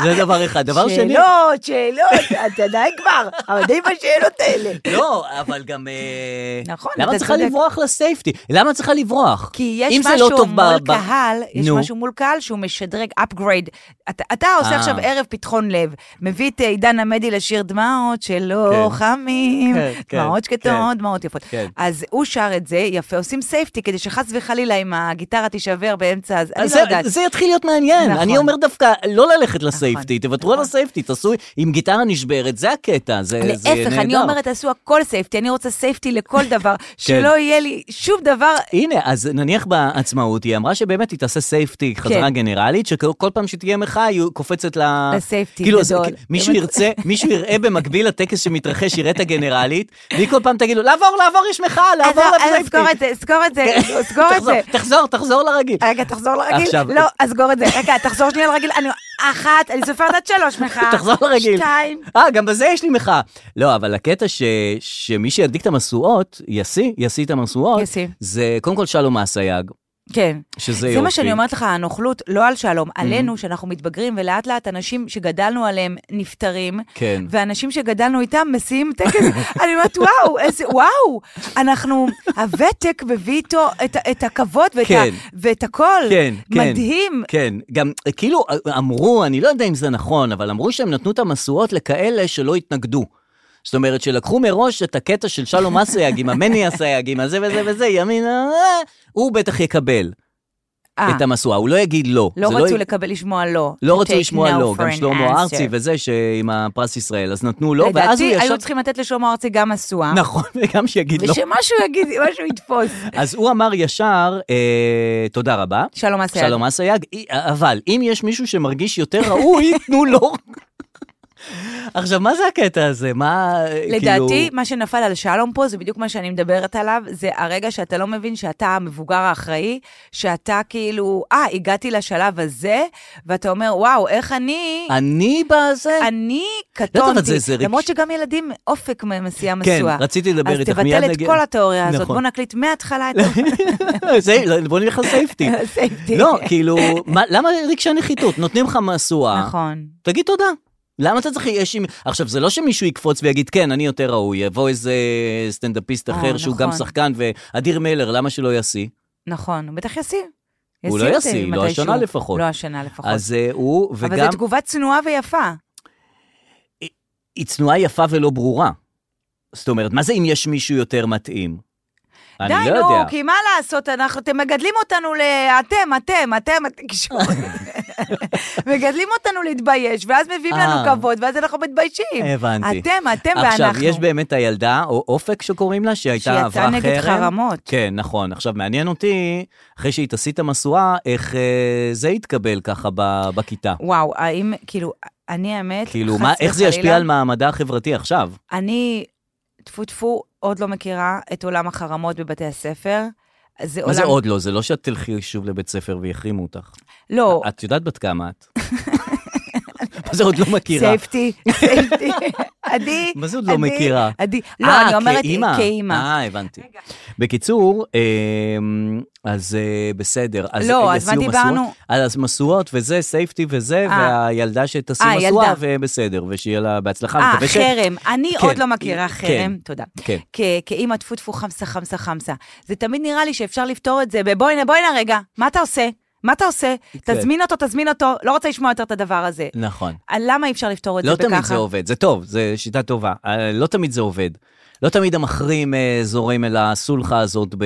S2: זה דבר אחד. דבר שני...
S3: שאלות, שאלות, אתה די כבר, אבל די בשאלות האלה.
S2: לא, אבל גם... אה,
S3: נכון,
S2: למה
S3: אתה
S2: צריכה
S3: צודק.
S2: לברוח לסייפטי? למה צריכה לברוח?
S3: כי יש
S2: אם זה לא
S3: משהו
S2: טוב ב-
S3: מול
S2: ב-
S3: קהל, יש
S2: נו.
S3: משהו מול קהל שהוא משדרג, upgrade. אתה- אתה עושה
S2: אה.
S3: עכשיו ערב פתחון לב, מביא את אה, עידן עמדי לשיר דמעות שלא
S2: כן.
S3: חמים,
S2: כן, כן,
S3: דמעות
S2: כן.
S3: שקטות, דמעות יפות.
S2: כן.
S3: אז הוא שר את זה, יפה, עושים סייפטי, כדי שחס וחלילה אם הגיטרה תישבר באמצע, אז אני
S2: אז
S3: לא יודעת.
S2: זה, זה יתחיל להיות מעניין.
S3: נכון.
S2: אני אומר דווקא לא ללכת סייפטי, תוותרו על הסייפטי, תעשו עם גיטרה נשברת, זה הקטע, זה זה נהדר. כן.
S3: להפך, אני אומרת, תעשו הכל סייפטי, אני רוצה סייפטי לכל דבר, שלא יהיה לי שום דבר...
S2: הנה, אז נניח בעצמאות, היא אמרה שבאמת היא תעשה סייפטי, חזרה
S3: כן.
S2: גנרלית, שכל פעם שתהיה מחאה, היא קופצת ל...
S3: לסייפטי,
S2: כאילו, אז
S3: גדול.
S2: מישהו
S3: באמת.
S2: ירצה, מישהו יראה במקביל לטקס שמתרחש, יראה את הגנרלית, והיא כל פעם תגיד לו, לעבור, לעבור, יש מחאה, לעבור
S3: אז לא, אז
S2: לסייפטי.
S3: סגור את זה, סגור את זה, לא, סגור את
S2: תחזור,
S3: זה.
S2: תחזור, תחזור לרגיל.
S3: כן. רגע, תחזור לרגיל?
S2: עכשיו-
S3: לא, אז סגור את זה. רגע, תחזור שנייה לרגיל. אני... אחת, אני סופרת עד שלוש מחאה.
S2: תחזור לרגיל.
S3: שתיים.
S2: אה, גם בזה יש לי מחאה. לא, אבל הקטע ש... שמי שידליק את המשואות, יסי, יסי את המשואות,
S3: יסי.
S2: זה קודם כל שלום אסייג,
S3: כן.
S2: שזה
S3: זה
S2: יופי. Mm-hmm.
S3: מה שאני אומרת לך, הנוכלות, לא על שלום, עלינו, שאנחנו מתבגרים, ולאט לאט אנשים שגדלנו עליהם נפטרים,
S2: כן.
S3: ואנשים שגדלנו איתם מסיעים טקס. אני אומרת, וואו, איזה, וואו, אנחנו, הוותק מביא איתו את, ה- את הכבוד ואת,
S2: כן.
S3: ה, ואת הכל.
S2: כן, כן.
S3: מדהים.
S2: כן, גם אה, כאילו אה, אמרו, אני לא יודע אם זה נכון, אבל אמרו שהם נתנו את המשואות לכאלה שלא התנגדו. זאת אומרת, שלקחו מראש את הקטע של שלום אסייג, עם המני אסייג, עם הזה וזה וזה, ימינה, אה, הוא בטח יקבל
S3: אה,
S2: את המשואה, הוא לא יגיד לא.
S3: לא
S2: זה
S3: רצו לקבל, לשמוע לא.
S2: לא רצו
S3: Take
S2: לשמוע
S3: no
S2: לא,
S3: for
S2: גם
S3: an
S2: שלמה
S3: answer.
S2: ארצי וזה, שעם הפרס ישראל, אז נתנו לו, ואז הוא
S3: לדעתי,
S2: ישר...
S3: היו צריכים לתת לשלמה ארצי גם משואה.
S2: נכון, וגם שיגיד לא.
S3: ושמשהו יגיד, משהו יתפוס.
S2: אז הוא אמר ישר, אה, תודה רבה.
S3: שלום אסייג.
S2: שלום אסייג, אי- אבל אם יש מישהו שמרגיש יותר ראוי, תנו לו. עכשיו, מה זה הקטע הזה? מה, אה, כאילו...
S3: לדעתי, מה שנפל על שלום פה, זה בדיוק מה שאני מדברת עליו, זה הרגע שאתה לא מבין שאתה המבוגר האחראי, שאתה כאילו, אה, הגעתי לשלב הזה, ואתה אומר, וואו, איך אני...
S2: אני בזה?
S3: אני
S2: יודעת, אבל
S3: קטונתי,
S2: זה- זה רגש-
S3: למרות שגם ילדים אופק מסיעה
S2: כן,
S3: משואה.
S2: רציתי לדבר איתך, מיד
S3: אז תבטל את
S2: נגיע.
S3: כל התיאוריה הזאת,
S2: נכון.
S3: בוא נקליט מההתחלה את
S2: זה- לא, בוא נלך לסייפטי.
S3: הסייפטי.
S2: לא, כאילו, מה- למה רגשי נחיתות? נותנים לך משואה,
S3: נכון.
S2: תגיד תודה. למה אתה צריך... יש עם... עכשיו, זה לא שמישהו יקפוץ ויגיד, כן, אני יותר ראוי, יבוא איזה סטנדאפיסט
S3: אה,
S2: אחר שהוא גם
S3: נכון.
S2: שחקן, ואדיר מילר, למה שלא ישיא?
S3: נכון, הוא בטח ישיא.
S2: הוא לא
S3: אותי
S2: ישיא, לא
S3: מתישהו.
S2: השנה לפחות.
S3: לא השנה לפחות.
S2: אז אה, הוא, וגם...
S3: אבל זו תגובה צנועה ויפה.
S2: היא צנועה יפה ולא ברורה. זאת אומרת, מה זה אם יש מישהו יותר מתאים? אני
S3: די,
S2: לא
S3: נו,
S2: יודע.
S3: כי מה לעשות, אנחנו, אתם מגדלים אותנו ל... אתם, אתם, אתם, אתם, כשהוא- מגדלים אותנו להתבייש, ואז מביאים לנו
S2: אה.
S3: כבוד, ואז אנחנו מתביישים.
S2: הבנתי.
S3: אוקיי. אתם, אתם ואנחנו.
S2: עכשיו, יש באמת את הילדה, או אופק שקוראים לה, שהייתה עברה
S3: שיצאה
S2: חרם.
S3: נגד חרמות.
S2: כן, נכון. עכשיו, מעניין אותי, אחרי שהיא תשיא את המשואה, איך אה, זה יתקבל ככה ב- בכיתה.
S3: וואו, האם, כאילו, אני האמת,
S2: כאילו,
S3: חס
S2: מה, איך זה ישפיע
S3: וחלילה,
S2: על מעמדה החברתי עכשיו?
S3: אני, טפו טפו, עוד לא מכירה את עולם החרמות בבתי הספר. זה
S2: מה
S3: עולם...
S2: זה עוד לא? זה לא שאת תלכי שוב לבית ספר ויחרימו אותך.
S3: לא,
S2: את יודעת בת כמה את. מה זה עוד לא מכירה?
S3: סייפטי, סייפטי. עדי,
S2: מה זה עוד לא
S3: עדי,
S2: מכירה?
S3: עדי, לא,
S2: אה,
S3: אני אומרת
S2: כאימא.
S3: כאימא.
S2: אה, הבנתי. בקיצור, אמ, אז אה, בסדר. אז
S3: לא,
S2: אה,
S3: אז מה
S2: יסיעו
S3: דיברנו?
S2: משואות? אז משואות וזה, סייפטי וזה,
S3: אה.
S2: והילדה שתשים
S3: אה,
S2: משואה,
S3: ילדה.
S2: ובסדר, ושיהיה לה בהצלחה.
S3: אה,
S2: מקווה ש-
S3: חרם. אני
S2: כן,
S3: עוד לא מכירה
S2: כן,
S3: חרם, תודה.
S2: כן.
S3: כ- כאימא טפו טפו חמסה חמסה חמסה. זה תמיד נראה לי שאפשר לפתור את זה בבואי הנה, בואי הנה רגע, מה אתה עושה? מה אתה עושה?
S2: כן.
S3: תזמין אותו, תזמין אותו, לא רוצה לשמוע יותר את הדבר הזה.
S2: נכון.
S3: אה, למה אי אפשר לפתור את
S2: לא
S3: זה בככה?
S2: תמיד זה עובד, זה טוב, זו שיטה טובה. אה, לא תמיד זה עובד. לא תמיד המחרים אה, זורם אל הסולחה הזאת ב-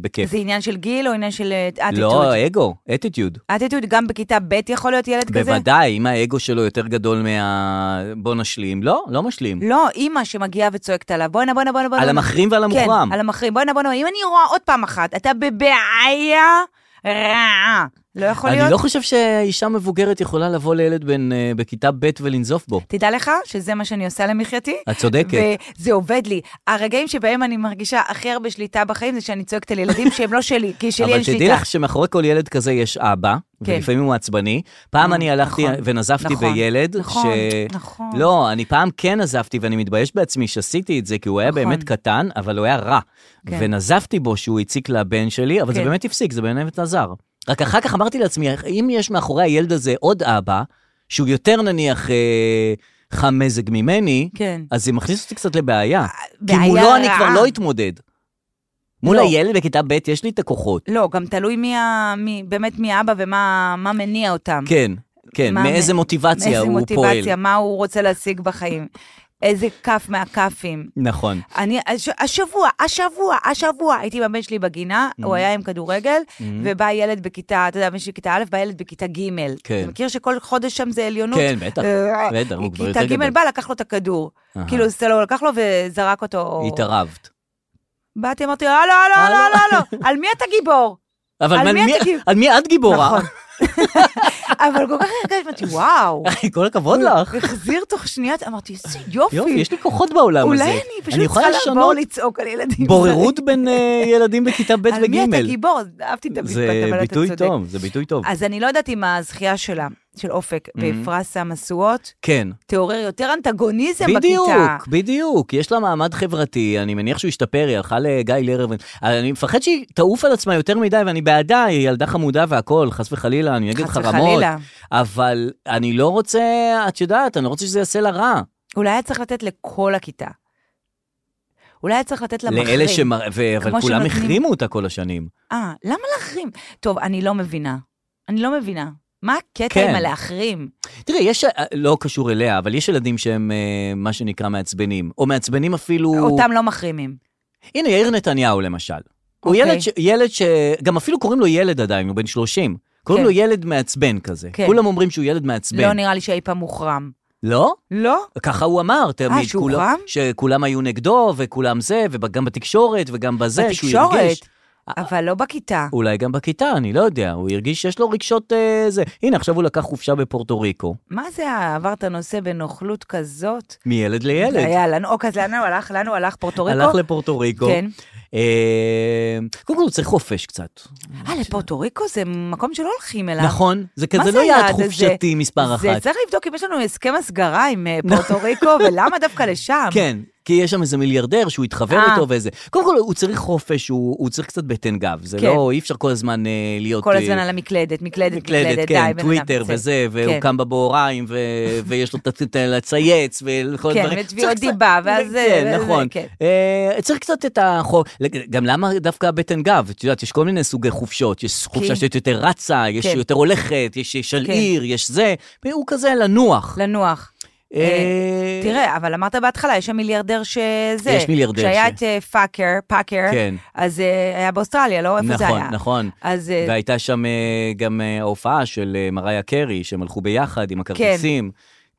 S2: בכיף.
S3: זה עניין של גיל או עניין של
S2: לא,
S3: אטיטוד?
S2: אגו, אטיטיוד.
S3: אטיטוד, גם בכיתה ב' יכול להיות ילד כזה?
S2: בוודאי, אם האגו שלו יותר גדול מה... בוא נשלים. לא, לא משלים.
S3: לא, אימא שמגיעה וצועקת עליו, בואנה, בואנה, בואנה.
S2: על
S3: בואנה."
S2: המחרים ועל המוחרם.
S3: לא, כן, על המחרים. בואנה, בואנה, אם אני רואה עוד פעם אחת, אתה בבעיה רעה. לא יכול
S2: אני
S3: להיות?
S2: לא חושב שאישה מבוגרת יכולה לבוא לילד בן, אה, בכיתה ב' ולנזוף בו.
S3: תדע לך שזה מה שאני עושה למחייתי.
S2: את צודקת.
S3: וזה עובד לי. הרגעים שבהם אני מרגישה הכי הרבה שליטה בחיים זה שאני צועקת על ילדים שהם לא שלי, כי שלי
S2: אבל
S3: אין שליטה.
S2: תדעי לך שמאחורי כל ילד כזה יש אבא,
S3: כן.
S2: ולפעמים הוא עצבני. פעם
S3: אה,
S2: אני הלכתי
S3: נכון,
S2: ונזפתי
S3: נכון,
S2: בילד,
S3: נכון,
S2: ש-
S3: נכון.
S2: לא, אני פעם כן עזבתי, ואני מתבייש בעצמי שעשיתי את זה, כי הוא היה
S3: נכון.
S2: באמת קטן, אבל הוא היה רע.
S3: כן.
S2: ונזפתי בו שהוא הציק לבן שלי, אבל זה
S3: כן.
S2: באמת הפסיק, זה באמת עזר. רק אחר כך אמרתי לעצמי, אם יש מאחורי הילד הזה עוד אבא, שהוא יותר נניח אה, חם מזג ממני,
S3: כן.
S2: אז זה מכניס אותי קצת לבעיה. כי
S3: בעיה
S2: מולו אני
S3: רעה.
S2: כבר לא אתמודד. מול
S3: לא.
S2: הילד בכיתה ב' יש לי את הכוחות.
S3: לא, גם תלוי מי ה... מי, באמת מי האבא ומה מה מניע אותם.
S2: כן, כן,
S3: מה-
S2: מאיזה מוטיבציה
S3: מאיזה
S2: הוא פועל.
S3: מוטיבציה, מה הוא רוצה להשיג בחיים. איזה כף מהכפים.
S2: נכון.
S3: אני, הש- השבוע, השבוע, השבוע, הייתי עם הבן שלי בגינה,
S2: Mm-hmm.
S3: הוא היה עם כדורגל, ובא ילד בכיתה, אתה יודע, הבן שלי כיתה א', בא ילד בכיתה ג'.
S2: כן.
S3: אתה מכיר שכל חודש שם זה עליונות?
S2: כן, בטח.
S3: אה,
S2: בטח, הוא כבר יותר
S3: כיתה
S2: גדול.
S3: ג' בא, לקח לו את הכדור. כאילו, זה לא, לקח לו וזרק אותו.
S2: התערבת.
S3: באתי, אמרתי, לו, הלו, הלו, הלו, הלו, הלו, על מי אתה גיבור?
S2: אבל
S3: על
S2: על
S3: מי
S2: מי-
S3: אתה גיב-
S2: על מי את גיבורה?
S3: נכון. אבל כל כך הרגשתי, אמרתי, וואו.
S2: כל הכבוד לך.
S3: הוא החזיר תוך שנייה, אמרתי, איזה יופי.
S2: לא. יופי, יש לי כוחות בעולם הזה.
S3: אולי אני פשוט
S2: יכולה
S3: צריכה לעבור
S2: לשנות
S3: לצעוק על ילדים.
S2: בוררות בין אה, ילדים בכיתה ב'
S3: על מי אתה
S2: וג'.
S3: גיבור? אהבתי את המשפט,
S2: זה
S3: אבל אתה
S2: ביטוי
S3: צודק.
S2: טוב, זה ביטוי טוב.
S3: אז אני לא יודעת אם הזכייה שלה, של אופק,
S2: Mm-hmm.
S3: בפרס המשואות,
S2: כן.
S3: תעורר יותר אנטגוניזם
S2: בדיוק,
S3: בכיתה.
S2: בדיוק. יש לה מעמד חברתי, אני מניח שהוא השתפר, היא הלכה לגיא לרר. אני מפחד שהיא תעוף על עצמה יותר מדי, ואני בעדה, היא ילדה חמודה והכול, חס וחלילה, אני נגד
S3: חס
S2: חרמות.
S3: וחלילה.
S2: אבל אני לא רוצה, את יודעת, אני לא רוצה שזה יעשה לה רע.
S3: אולי היה צריך לתת לכל הכיתה. אולי היה צריך לתת למחרים.
S2: לאלה שמ... ו...
S3: כמו
S2: אבל כולם
S3: שנותנים-
S2: החרימו אותה כל השנים.
S3: אה, למה להחרים? טוב, אני לא מבינה. אני לא מבינה. מה הקטע
S2: כן.
S3: עם הלהחרים?
S2: תראי, יש, לא קשור אליה, אבל יש ילדים שהם אה, מה שנקרא מעצבנים, או מעצבנים אפילו...
S3: אותם לא מחרימים.
S2: הנה, יאיר נתניהו למשל. הוא
S3: אוקיי.
S2: ילד ש... ילד ש... גם אפילו קוראים לו ילד עדיין, הוא בן 30. קוראים
S3: כן.
S2: לו ילד מעצבן כזה.
S3: כן.
S2: כולם אומרים שהוא ילד מעצבן.
S3: לא נראה לי שאי פעם הוחרם.
S2: לא?
S3: לא?
S2: ככה הוא אמר תמיד.
S3: אה, שהוא
S2: כולם-
S3: חם?
S2: שכולם היו נגדו, וכולם זה, וגם בתקשורת, וגם בזה, שהוא
S3: בתקשורת,
S2: הרגיש... אה,
S3: אבל לא בכיתה.
S2: אולי גם בכיתה, אני לא יודע. הוא הרגיש שיש לו רגשות אה, זה. הנה, עכשיו הוא לקח חופשה בפורטו ריקו,
S3: מה זה עברת נושא בנוכלות כזאת?
S2: מילד לילד.
S3: היה לנו, אוקיי, אז לנו הלך, לנו הלך פורטו ריקו.
S2: הלך לפורטו ריקו.
S3: כן.
S2: אה, קודם כל הוא צריך חופש קצת.
S3: אה, לפורטו ריקו זה מקום שלא הולכים אליו.
S2: נכון, זה
S3: מה
S2: כזה
S3: זה
S2: לא יעד
S3: היעד הזה?
S2: חופשתי מספר
S3: זה
S2: אחת.
S3: צריך לבדוק אם יש לנו הסכם הסגרה עם אה, פורטו ריקו, ולמה דווקא לשם?
S2: כן, כי יש שם איזה מיליארדר שהוא התחבר
S3: אה.
S2: איתו ואיזה. קודם כל, הוא צריך חופש, הוא הוא צריך קצת בטן גב. זה
S3: כן.
S2: לא, אי אפשר כל הזמן אה, להיות...
S3: כל
S2: אה,
S3: הזמן על המקלדת, מקלדת, מקלדת, די,
S2: מקלדת,
S3: בן
S2: כן,
S3: אדם,
S2: טוויטר
S3: זה.
S2: וזה, והוא
S3: כן.
S2: קם בבהוריים, ו- ויש לו את הת- את הצייץ, וכל
S3: כן,
S2: הדברים.
S3: ותביעות
S2: צריך קצת-
S3: דיבה, ואז זה,
S2: כן,
S3: וזה,
S2: נכון.
S3: כן.
S2: אה, צריך קצת את החוב... גם למה דווקא הבטן גב? את יודעת, יש כל מיני סוגי חופשות. יש חופשה שאת יותר רצה, יש
S3: כן.
S2: יותר הולכת, יש שלעיר, יש זה. והוא כזה לנוח.
S3: לנוח.
S2: אה,
S3: תראה, אבל אמרת בהתחלה, יש שם מיליארדר שזה.
S2: יש מיליארדר
S3: כשהיה
S2: ש-
S3: את אה, פאקר, פאקר,
S2: כן.
S3: אז אה, היה באוסטרליה, לא? איפה זה היה?
S2: נכון, נכון.
S3: אז אה,
S2: והייתה שם אה, גם אה, ההופעה של אה, מריה קרי, שהם הלכו ביחד עם הכרטיסים.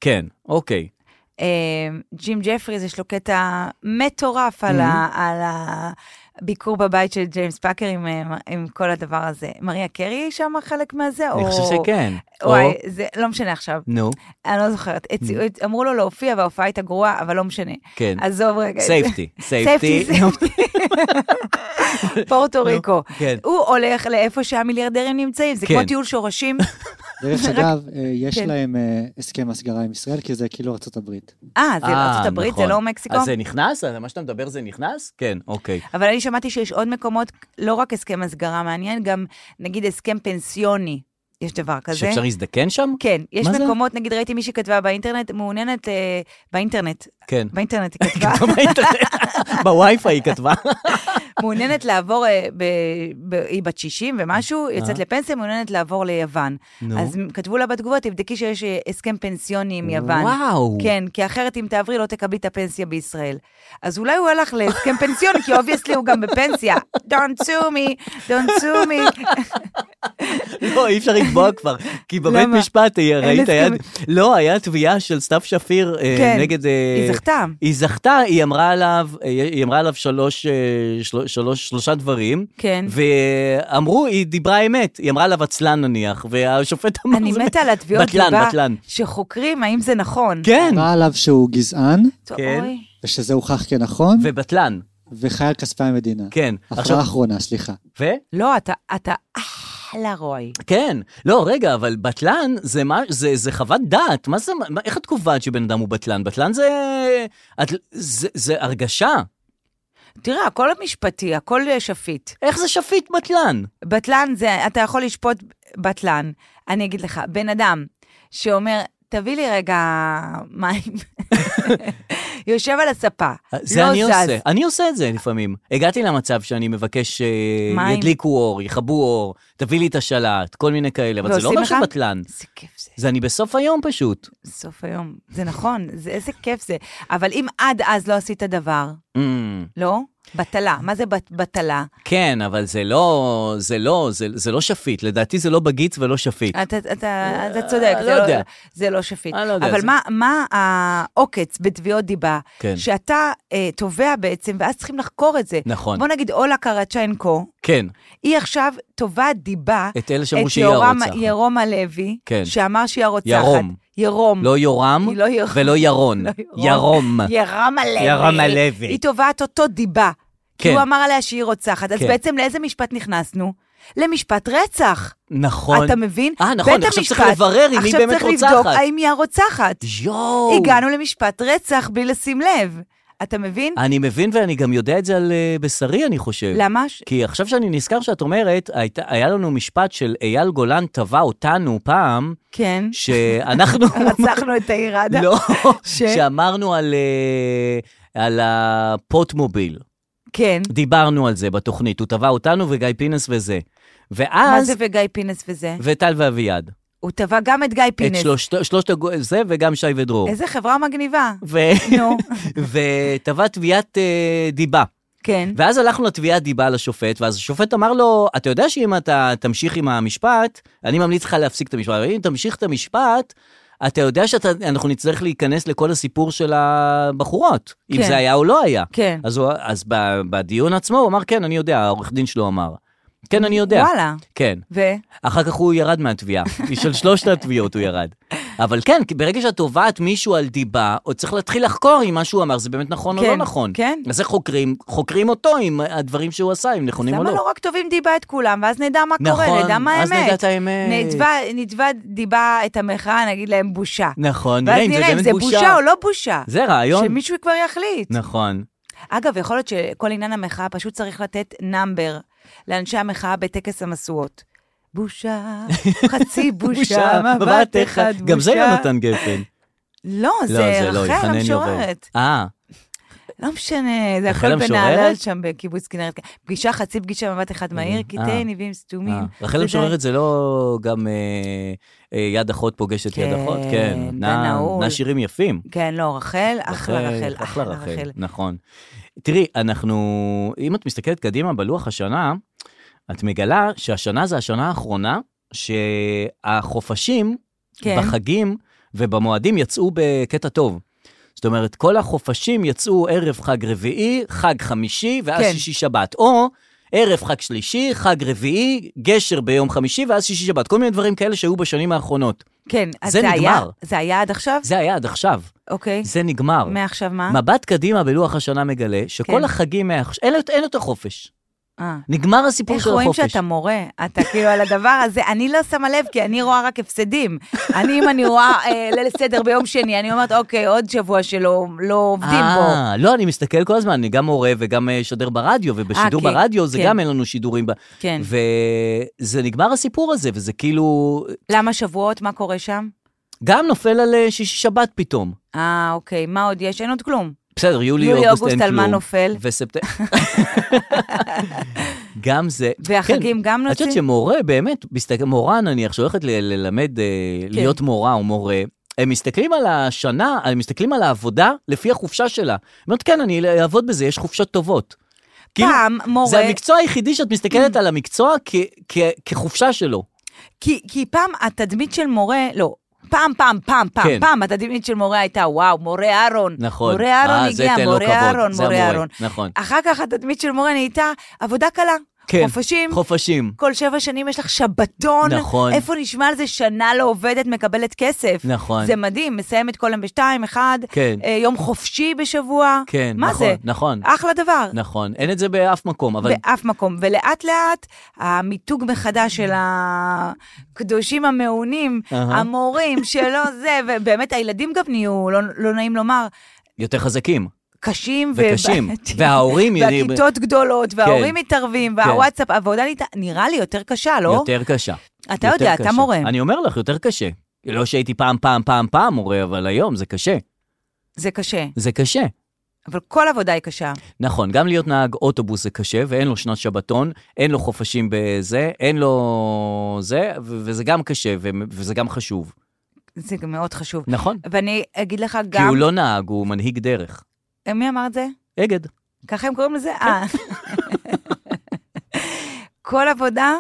S2: כן, אוקיי.
S3: אה, ג'ים ג'פריז, יש לו קטע מטורף על ה-
S2: Mm-hmm.
S3: על הביקור בבית של ג'יימס פאקר עם, אה, מ- עם כל הדבר הזה. מריה קרי היא שם חלק מהזה?
S2: אני
S3: או-
S2: חושב שכן. או, Mm.
S3: וואי, זה לא משנה עכשיו.
S2: נו,
S3: אני לא זוכרת. הציעו- אמרו לו להופיע וההופעה הייתה גרועה, אבל לא משנה.
S2: כן.
S3: עזוב רגע. את זה.
S2: סייפטי,
S3: סייפטי,
S2: סייפטי.
S3: פורטו ריקו.
S2: כן.
S3: הוא הולך לאיפה שהמיליארדרים נמצאים, זה כמו
S2: כן.
S3: טיול שורשים.
S7: דרך אגב, אה, יש
S3: כן.
S7: להם אה, הסכם הסגרה עם ישראל, כי זה כאילו ארצות הברית.
S3: אה, זה
S2: אה,
S3: ארצות הברית, זה
S2: נכון.
S3: לא מקסיקו?
S2: אז זה נכנס? על מה שאתה מדבר זה נכנס? כן, אוקיי.
S3: אבל אני שמעתי שיש עוד מקומות, לא רק הסכם הסגרה מעניין, גם נגיד הסכם פנסיוני, יש דבר כזה.
S2: שאפשר להזדקן שם?
S3: כן, יש
S2: מה זה?
S3: מקומות, נגיד ראיתי מישהי כתבה באינטרנט, מעוניינת אה, באינטרנט,
S2: כן.
S3: באינטרנט היא כתבה,
S2: בווי-פיי היא כתבה.
S3: מעוניינת לעבור, אה, ב, ב, היא בת 60 ומשהו, יוצאת לפנסיה, מעוניינת לעבור ליוון.
S2: אה. נו.
S3: אז הם כתבו לה בתגובות, תבדקי שיש אה, הסכם פנסיוני עם יוון.
S2: וואו.
S3: כן, כי אחרת אם תעברי לא תקבלי את הפנסיה בישראל. אז אולי הוא הלך להסכם פנסיוני, כי אובייסלי הוא גם בפנסיה. Don't sue me, don't sue me.
S2: לא, אי אפשר לתבוע כבר, כי בבית
S3: למה?
S2: משפט אה, ראית, היה-
S3: הסכם.
S2: לא, היה תביעה של סתיו שפיר אה,
S3: כן.
S2: נגד... אה,
S3: היא זכתה.
S2: היא זכתה, היא אמרה עליו, אה, היא אמרה עליו שלוש, אה, של- שלוש, שלושה דברים.
S3: כן.
S2: ואמרו, היא דיברה אמת, היא אמרה עליו עצלן נניח, והשופט אמר...
S3: אני
S2: זה-
S3: מתה על התביעות
S2: בטלן,
S3: דיבה
S2: בטלן.
S3: שחוקרים האם זה נכון.
S2: כן,
S7: בא עליו שהוא גזען,
S3: טוב,
S2: כן.
S3: אוי.
S7: ושזה הוכח כנכון,
S2: ובטלן,
S7: וחי על כספי המדינה.
S2: כן.
S7: הפרעה אחרונה, סליחה.
S2: ו?
S3: לא, אתה, אתה אחלה רוי.
S2: כן. לא, רגע, אבל בטלן זה, מה, זה, זה חוות דעת, מה זה, מה, איך את קובעת שבן אדם הוא בטלן? בטלן זה, את, זה, זה הרגשה.
S3: תראה, הכל משפטי, הכל אה, שפיט.
S2: איך זה שפיט בטלן?
S3: בטלן זה, אתה יכול לשפוט בטלן. אני אגיד לך, בן אדם שאומר, תביא לי רגע מים. יושב על הספה,
S2: זה
S3: לא
S2: אני
S3: זז.
S2: עושה, אני עושה את זה לפעמים. הגעתי למצב שאני מבקש
S3: מים.
S2: שידליקו אור, יכבו אור, תביא לי את השלט, כל מיני כאלה, אבל זה לא
S3: ועושים לך?
S2: משהו בטלן.
S3: איזה כיף זה.
S2: זה אני בסוף היום פשוט.
S3: סוף היום. זה נכון, זה, איזה כיף זה. אבל אם עד אז לא עשית דבר,
S2: Mm,
S3: לא? בטלה. מה זה בט- בטלה?
S2: כן, אבל זה לא, זה לא, זה, זה לא שפיט. לדעתי זה לא בגיץ ולא שפיט.
S3: אתה, אתה, אתה צודק,
S2: לא
S3: זה, לא,
S2: יודע.
S3: זה לא שפיט.
S2: אני לא יודע,
S3: אבל
S2: זה-
S3: מה, מה העוקץ בתביעות דיבה?
S2: כן.
S3: שאתה אה, תובע בעצם, ואז צריכים לחקור את זה.
S2: נכון.
S3: בוא נגיד, אולה קרצ'נקו,
S2: כן,
S3: היא עכשיו תובעת דיבה
S2: את אלה שאמרו
S3: את
S2: שהיא
S3: יורם-
S2: הרוצחת.
S3: ירום הלוי,
S2: כן.
S3: שאמר שהיא הרוצחת.
S2: ירום.
S3: ירום.
S2: לא יורם
S3: היא לא יור-
S2: ולא ירון.
S3: לא
S2: ירום.
S3: ירום הלוי.
S2: ירום הלוי.
S3: היא תובעת אותו דיבה. כי
S2: כן.
S3: הוא אמר עליה שהיא רוצחת. אז
S2: כן.
S3: בעצם לאיזה משפט נכנסנו? למשפט רצח.
S2: נכון.
S3: אתה מבין?
S2: אה, נכון,
S3: בית
S2: עכשיו צריך
S3: המשפט-
S2: לברר אם היא באמת
S3: עכשיו צריך לבדוק
S2: רוצחת.
S3: האם היא הרוצחת.
S2: יואו.
S3: הגענו למשפט רצח בלי לשים לב. אתה מבין?
S2: אני מבין ואני גם יודע את זה על אה, בשרי, אני חושב.
S3: למה?
S2: כי עכשיו שאני נזכר שאת אומרת, היית, היה לנו משפט של אייל גולן תבע אותנו פעם,
S3: כן.
S2: שאנחנו...
S3: רצחנו את העיר עדה.
S2: לא,
S3: ש-
S2: שאמרנו על, אה, על הפוטמוביל.
S3: כן.
S2: דיברנו על זה בתוכנית, הוא תבע אותנו וגיא פינס וזה.
S3: מה זה
S2: ואז,
S3: וגיא פינס וזה?
S2: וטל ואביעד.
S3: הוא תבע גם את גיא
S2: את
S3: פינס.
S2: שלושת, שלושת הגו- זה וגם שי ודרור.
S3: איזה חברה מגניבה.
S2: ו...
S3: נו,
S2: ותבע תביעת אה, דיבה.
S3: כן.
S2: ואז הלכנו לתביעת דיבה לשופט, ואז השופט אמר לו, אתה יודע שאם אתה תמשיך עם המשפט, אני ממליץ לך להפסיק את המשפט, אבל אם תמשיך את המשפט, אתה יודע שאנחנו נצטרך להיכנס לכל הסיפור של הבחורות, אם
S3: כן.
S2: זה היה או לא היה.
S3: כן.
S2: אז, הוא, אז ב, בדיון עצמו הוא אמר, כן, אני יודע, העורך דין שלו אמר. כן, אני יודע.
S3: וואלה.
S2: כן.
S3: ו?
S2: אחר כך הוא ירד מהתביעה. של שלושת התביעות הוא ירד. אבל כן, כי ברגע שאת תובעת מישהו על דיבה, עוד צריך להתחיל לחקור אם מה שהוא אמר זה באמת נכון או
S3: כן,
S2: לא נכון.
S3: כן.
S2: אז איך חוקרים? חוקרים אותו עם הדברים שהוא עשה, אם נכונים או
S3: למה
S2: לא.
S3: לא רק טובים דיבה את כולם, ואז נדע מה
S2: נכון,
S3: קורה, נדע מה האמת.
S2: אז נדע את האמת.
S3: נתבע- נתבע דיבה את המחאה, נגיד להם בושה.
S2: נכון,
S3: ואז
S2: נראה אם זה
S3: נראה אם
S2: באמת
S3: זה בושה או לא בושה.
S2: זה רעיון.
S3: שמישהו כבר יחליט.
S2: נכון.
S3: אגב, יכול להיות שכל עניין המחאה, פשוט צריך לתת נאמבר לאנשי המחאה בטקס המשואות. בושה, חצי בושה, מבט אחד, בושה.
S2: גם זה יונתן גפן.
S3: לא,
S2: לא,
S3: זה
S2: זה לא,
S3: רחל
S2: יוחנן יובל.
S3: המשוררת.
S2: אה,
S3: לא משנה, זה
S2: רחל
S3: הכל
S2: המשוררת?
S3: בנהלל שם בקיבוץ כנרת. כן. פגישה חצי פגישה מבט אחד מהיר, קטעי
S2: אה.
S3: ניבים סתומים.
S2: אה. רחל
S3: זה
S2: המשוררת זה לא גם אה, אה, יד אחות פוגשת יד
S3: כן,
S2: אחות? כן. נע-
S3: בנעול.
S2: נע שירים יפים.
S3: די- כן, לא, רחל, אחלה רחל,
S2: אחלה רחל,
S3: רחל.
S2: נכון. תראי, אנחנו, אם את מסתכלת קדימה בלוח השנה, את מגלה שהשנה זה השנה האחרונה שהחופשים
S3: כן.
S2: בחגים ובמועדים יצאו בקטע טוב. זאת אומרת, כל החופשים יצאו ערב חג רביעי, חג חמישי, ואז
S3: כן.
S2: שישי שבת. או ערב חג שלישי, חג רביעי, גשר ביום חמישי, ואז שישי שבת. כל מיני דברים כאלה שהיו בשנים האחרונות.
S3: כן, אז
S2: זה
S3: זה היה,
S2: נגמר.
S3: זה היה עד עכשיו?
S2: זה היה עד עכשיו,
S3: אוקיי.
S2: זה נגמר.
S3: מעכשיו מה?
S2: מבט קדימה בלוח השנה מגלה שכל
S3: כן.
S2: החגים, מעכשיו- אין, אין יותר חופש.
S3: אה.
S2: נגמר הסיפור
S3: איך
S2: של
S3: רואים
S2: החופש.
S3: שאתה מורה? אתה כאילו על הדבר הזה, אני לא שמה לב, כי אני רואה רק הפסדים. אני, אם אני רואה אה, ליל סדר ביום שני, אני אומרת, אוקיי, עוד שבוע שלא לא עובדים בו.
S2: אה, לא, אני מסתכל כל הזמן, אני גם מורה וגם אה, שדר ברדיו, ובשידור
S3: כן,
S2: ברדיו זה
S3: כן.
S2: גם אין לנו שידורים. ב-
S3: כן.
S2: וזה נגמר הסיפור הזה, וזה כאילו...
S3: למה שבועות? מה קורה שם?
S2: גם נופל על אה, שישי שבת פתאום.
S3: אה, אוקיי, מה עוד יש? אין עוד כלום.
S2: בסדר, יולי,
S3: יולי,
S2: אוגוסט
S3: אוגוסט,
S2: אין
S3: על
S2: כלום.
S3: מה נופל?
S2: וספטמבר. גם זה. כן.
S3: והחגים גם
S2: את יודעת
S3: נוציא?
S2: שמורה, באמת, מסתכל, מורה נניח, שהולכת ל- ללמד, אה,
S3: כן.
S2: להיות מורה או מורה, הם מסתכלים על השנה, הם מסתכלים על העבודה לפי החופשה שלה. הם אומרת, כן, אני אעבוד בזה, יש חופשות טובות. כאילו,
S3: פעם מורה, Mm.
S2: זה המקצוע היחידי שאת מסתכלת על המקצוע כ- כ- כחופשה שלו.
S3: כי, כי פעם התדמית של מורה, לא, פעם, פעם, פעם, פעם,
S2: כן.
S3: פעם התדמית של מורה הייתה, וואו, מורה אהרון.
S2: נכון.
S3: מורה אהרון
S2: אה, זה
S3: הגיע,
S2: תן לו כבוד,
S3: מורה אהרון,
S2: זה
S3: מורה
S2: המורה,
S3: אהרון.
S2: נכון.
S3: אחר כך התדמית של מורה נהייתה עבודה קלה.
S2: כן.
S3: חופשים.
S2: חופשים.
S3: כל שבע שנים יש לך שבתון.
S2: נכון.
S3: איפה נשמע על זה שנה לא עובדת, מקבלת כסף.
S2: נכון.
S3: זה מדהים, מסיימת כל יום בשתיים, אחד.
S2: כן.
S3: אה, יום חופשי בשבוע.
S2: כן,
S3: מה
S2: נכון,
S3: זה? אה,
S2: נכון.
S3: אחלה דבר.
S2: נכון, אין את זה באף מקום, אבל
S3: באף מקום. ולאט לאט, המיתוג מחדש של הקדושים המעונים,
S2: אהה.
S3: המורים שלא זה, ובאמת הילדים גם נהיו, לא, לא נעים לומר,
S2: יותר חזקים
S3: קשים.
S2: וקשים.
S3: ובעייתיים.
S2: וההורים כן. יודעים-
S3: והכיתות גדולות, וההורים מתערבים, והוואטסאפ, העבודה נהייתה- נראה לי יותר קשה, לא?
S2: יותר קשה. יותר
S3: אתה יודע,
S2: קשה.
S3: אתה מורה.
S2: אני אומר לך, יותר קשה. לא שהייתי פעם, פעם, פעם, פעם מורה, אבל היום זה קשה.
S3: זה קשה,
S2: זה קשה.
S3: אבל כל עבודה היא קשה.
S2: נכון, גם להיות נהג אוטובוס זה קשה, ואין לו שנת שבתון, אין לו חופשים בזה, אין לו זה, ו- וזה גם קשה, ו- וזה גם חשוב.
S3: זה גם מאוד חשוב.
S2: נכון.
S3: ואני אגיד לך
S2: כי
S3: גם... אה,
S2: הוא לא נהג, הוא מנהיג דרך.
S3: מי אמר את זה?
S2: אגד.
S3: ככה הם קוראים
S2: כן.
S3: לזה? אה. כל עבודה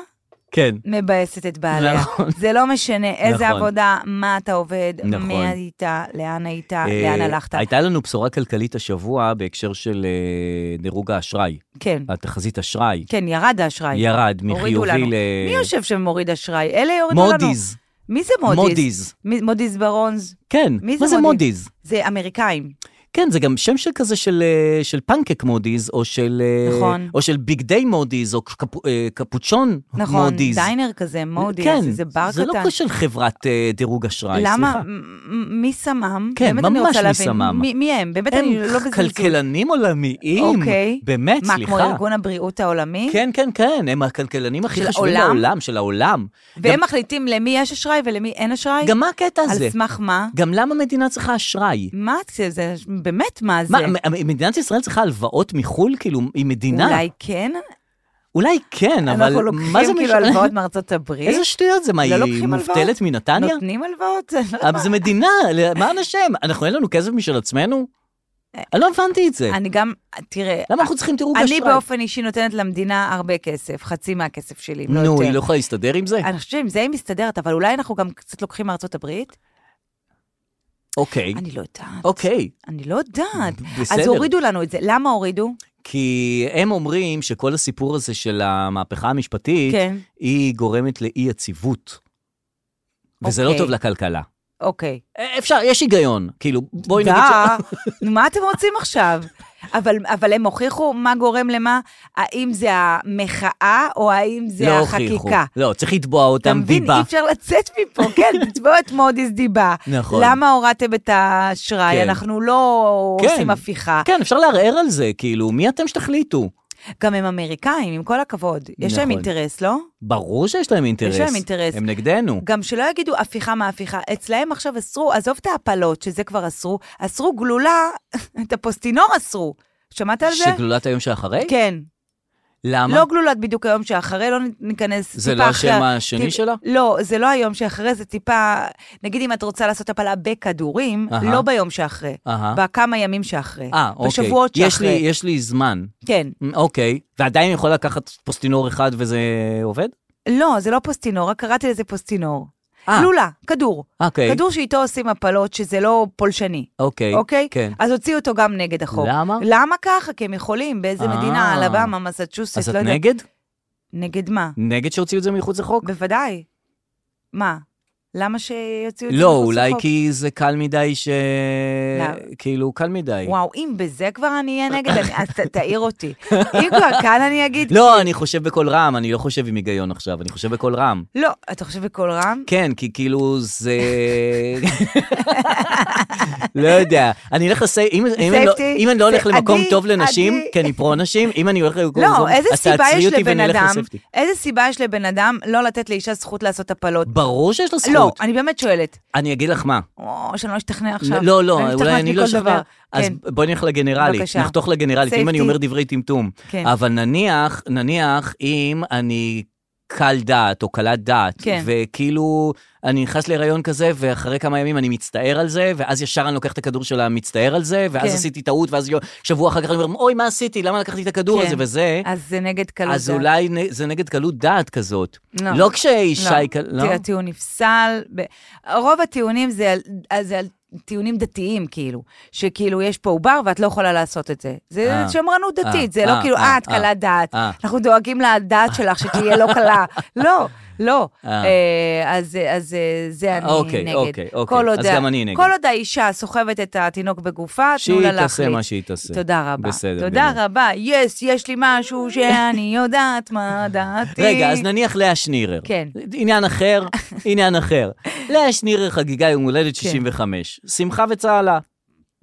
S2: כן.
S3: מבאסת את בעליה.
S2: נכון.
S3: זה לא משנה איזה
S2: נכון.
S3: עבודה, מה אתה עובד,
S2: נכון.
S3: מי היית, לאן היית,
S2: אה,
S3: לאן הלכת.
S2: הייתה לנו בשורה כלכלית השבוע בהקשר של אה, דירוג האשראי,
S3: כן,
S2: התחזית אשראי.
S3: כן, ירד האשראי.
S2: ירד
S3: הורידו
S2: מחיובי
S3: לנו.
S2: ל...
S3: מי יושב שמוריד אשראי? אלה יורידו לנו.
S2: מודי'ס.
S3: מי זה מודי'ס?
S2: מודי'ס.
S3: מי- מודי'ס ברונז.
S2: כן.
S3: מי
S2: מה
S3: זה
S2: זה
S3: מודי'ס?
S2: מודי'ס?
S3: זה אמריקאים.
S2: כן, זה גם שם של כזה של, אה, של פנקק מודי'ס, או של... אה,
S3: נכון.
S2: או של ביג דיי מודי'ס, או קפ, אה, קפוצ'ון
S3: נכון,
S2: מודי'ס.
S3: דיינר כזה, מודי'ס,
S2: כן,
S3: זה בר
S2: זה
S3: קטן.
S2: לא של חברת אה, דירוג אשראי,
S3: למה?
S2: סליחה.
S3: מ- מ- מי סמם?
S2: כן,
S3: באמת אני
S2: ממש
S3: רוצה
S2: מי
S3: להבין.
S2: סמם.
S3: מי- מי הם? באמת אני לא
S2: הם
S3: בזלזול.
S2: כלכלנים עולמיים.
S3: אוקיי.
S2: באמת,
S3: מה,
S2: סליחה.
S3: כמו ארגון הבריאות העולמי?
S2: כן, כן, כן, הם הכלכלנים הכי
S3: של
S2: חשובים
S3: העולם?
S2: בעולם, של העולם.
S3: והם
S2: גם-
S3: מחליטים למי יש אשראי ולמי אין אשראי?
S2: גם מה הקטע הזה?
S3: על סמך מה?
S2: גם למה מדינה צריכה אשראי?
S3: מה זה? זה? באמת, מה זה?
S2: מה, מ- מדינת ישראל צריכה הלוואות מחו"ל? כאילו, היא מדינה?
S3: אולי כן?
S2: אולי כן, אבל
S3: אנחנו
S2: מה זה
S3: לוקחים כאילו
S2: משנה?
S3: הלוואות מארצות הברית?
S2: איזה שטויות זה, מה, היא
S3: לא לוקחים הלוואות?
S2: מובטלת מנתניה?
S3: נותנים הלוואות? זה לא-
S2: אבל זה מדינה, למען השם, אנחנו אין לנו כסף משל עצמנו? אני לא הבנתי את זה.
S3: אה. אני גם, תראה,
S2: למה אנחנו צריכים דירוג אשראי?
S3: אני באופן אישי נותנת למדינה הרבה כסף, חצי מהכסף שלי, אם לא יותר.
S2: נו, היא לא יכולה להסתדר עם זה?
S3: אני חושבת שעם זה היא מסתדרת, אבל אולי אנחנו גם קצת לוקחים מארצות הברית?
S2: אוקיי,
S3: אני לא יודעת.
S2: אוקיי,
S3: אני לא יודעת. אז
S2: בסדר.
S3: הורידו לנו את זה. למה הורידו?
S2: כי הם אומרים שכל הסיפור הזה של המהפכה המשפטית,
S3: כן.
S2: היא גורמת לאי-יציבות. וזה לא
S3: אוקיי.
S2: טוב לכלכלה. אה,
S3: אוקיי.
S2: אפשר, יש היגיון, כאילו, בואי נגיד... ש-
S3: דה, נו, מה אתם רוצים עכשיו? אבל, אבל הם הוכיחו מה גורם למה, האם זה המחאה או האם זה
S2: לא
S3: החקיקה.
S2: הוכיחו. לא, צריך לתבוע
S3: אתה
S2: אותם
S3: מבין,
S2: דיבה.
S3: אי אפשר לצאת מפה, כן, תתבעו את מודי'ס דיבה.
S2: נכון.
S3: למה הורדתם את האשראי?
S2: כן.
S3: אנחנו לא
S2: כן.
S3: עושים הפיכה.
S2: כן, אפשר לערער על זה, כאילו, מי אתם שתחליטו?
S3: גם הם אמריקאים, עם כל הכבוד. יש להם
S2: נכון.
S3: אינטרס, לא?
S2: ברור שיש להם אינטרס.
S3: יש להם אינטרס.
S2: הם נגדנו.
S3: גם שלא יגידו הפיכה מהפיכה. אצלהם עכשיו אסרו, עזוב את ההפלות, שזה כבר אסרו, אסרו גלולה, את הפוסטינור אסרו. שמעת על זה?
S2: שגלולת היום שאחרי?
S3: כן.
S2: למה?
S3: לא גלולת בדיוק היום שאחרי, לא ניכנס
S2: זה
S3: טיפה
S2: לא
S3: אחרי...
S2: השם השני
S3: טיפ-
S2: שלה?
S3: לא, זה לא היום שאחרי, זה טיפה... נגיד אם את רוצה לעשות הפלה בכדורים,
S2: אהה.
S3: לא ביום שאחרי,
S2: אהה.
S3: בכמה ימים שאחרי.
S2: אה, אוקיי.
S3: בשבועות
S2: יש לי,
S3: שאחרי.
S2: יש לי זמן.
S3: כן.
S2: מ, אוקיי. ועדיין יכול לקחת פוסטינור אחד וזה עובד?
S3: לא, זה לא פוסטינור, רק קראתי לזה פוסטינור.
S2: אה.
S3: גלולה, כדור.
S2: אוקיי.
S3: כדור שאיתו עושים הפלות, שזה לא פולשני.
S2: אוקיי.
S3: אוקיי?
S2: כן.
S3: אז הוציאו אותו גם נגד החוק.
S2: למה?
S3: למה ככה? כי הם יכולים, באיזה
S2: אה.
S3: מדינה, אלבמה, מסצ'וסט,
S2: אז את
S3: לא יודעת.
S2: נגד?
S3: נגד מה?
S2: נגד שהוציאו את זה מחוץ לחוק?
S3: בוודאי. מה? למה שיוציאו את זה
S2: לא,
S3: מחוץ
S2: אולי
S3: לחוק?
S2: כי זה קל מדי ש...
S3: לא.
S2: כאילו, קל מדי.
S3: וואו, אם בזה כבר אני אהיה נגד, אני- אז ת- תעיר אותי. אם כבר כאן אני אגיד...
S2: לא, אני חושב בקול רם, אני לא חושב עם היגיון עכשיו, אני חושב בקול רם.
S3: לא, אתה חושב בקול רם?
S2: כן, כי כאילו זה... לא יודע. אני הולך לסי... אם, אם, אני לא,
S3: Safety,
S2: אם אני לא הולך
S3: זה-
S2: למקום
S3: עדי,
S2: טוב לנשים,
S3: עדי.
S2: כי אני פרו-נשים, אם אני הולך למקום טוב,
S3: לא, איזה
S2: כן, אז
S3: סיבה
S2: תעצרי
S3: יש
S2: אותי
S3: לבן
S2: ואני אלך
S3: אדם,
S2: לספטי.
S3: איזה סיבה יש לבן אדם לא לתת לאישה זכות לעשות הפלות?
S2: ברור שיש לו זכות.
S3: לא, אני באמת שואלת.
S2: אני אגיד לך מה.
S3: או, שאני לא אשתכנע עכשיו.
S2: לא, לא,
S3: אני
S2: אולי
S3: משתכנעת
S2: אני לא
S3: מכל
S2: אשכנע.
S3: דבר.
S2: אז
S3: כן.
S2: בואי נלך לגנרלית,
S3: בבקשה.
S2: נחתוך לגנרלית, אם אני
S3: Safety.
S2: אומר דברי טמטום.
S3: כן.
S2: אבל נניח, נניח אם אני קל דעת או קלת דעת,
S3: כן.
S2: וכאילו אני נכנס להיריון כזה, ואחרי כמה ימים אני מצטער על זה, ואז ישר אני לוקח את הכדור של המצטער על זה, ואז
S3: כן.
S2: עשיתי טעות, ואז יו- שבוע אחר כך אני אומר, אוי, מה עשיתי? למה לקחתי את הכדור
S3: כן.
S2: הזה וזה?
S3: אז זה נגד קלות.
S2: אז
S3: דעת.
S2: אולי נ- זה נגד קלות דעת כזאת.
S3: לא.
S2: לא כשאישה היא... קל-
S3: לא?
S2: לא?
S3: תראה, הטיעון נפסל. ב... רוב הטיעונים זה על, על- זה על טיעונים דתיים, כאילו. שכאילו, יש פה עובר ואת לא יכולה לעשות את זה. זה
S2: אה.
S3: שמרנות
S2: אה,
S3: דתית, זה לא
S2: אה,
S3: כאילו,
S2: אה,
S3: אה, את
S2: אה,
S3: קלה דעת,
S2: אה.
S3: אנחנו דואגים לדעת שלך שתהיה לא קלה. לא, לא.
S2: אה.
S3: אה, אז אז, אה, זה אני
S2: אוקיי,
S3: נגד.
S2: אוקיי, אוקיי.
S3: כל עוד
S2: אז
S3: ה-
S2: גם אני נגד.
S3: כל עוד האישה סוחבת את התינוק בגופה, תנו
S2: שהיא
S3: לה
S2: תעשה
S3: להחליט.
S2: מה שהיא תעשה.
S3: תודה רבה.
S2: בסדר
S3: תודה
S2: גמור.
S3: רבה. יס, יש לי משהו שאני יודעת מה דעתי.
S2: רגע, אז נניח לאה שנירר.
S3: אה, כן.
S2: עניין אחר, עניין אחר. לאה שנירר חגיגה יום הולדת
S3: כן.
S2: 65. שמחה וצהלה.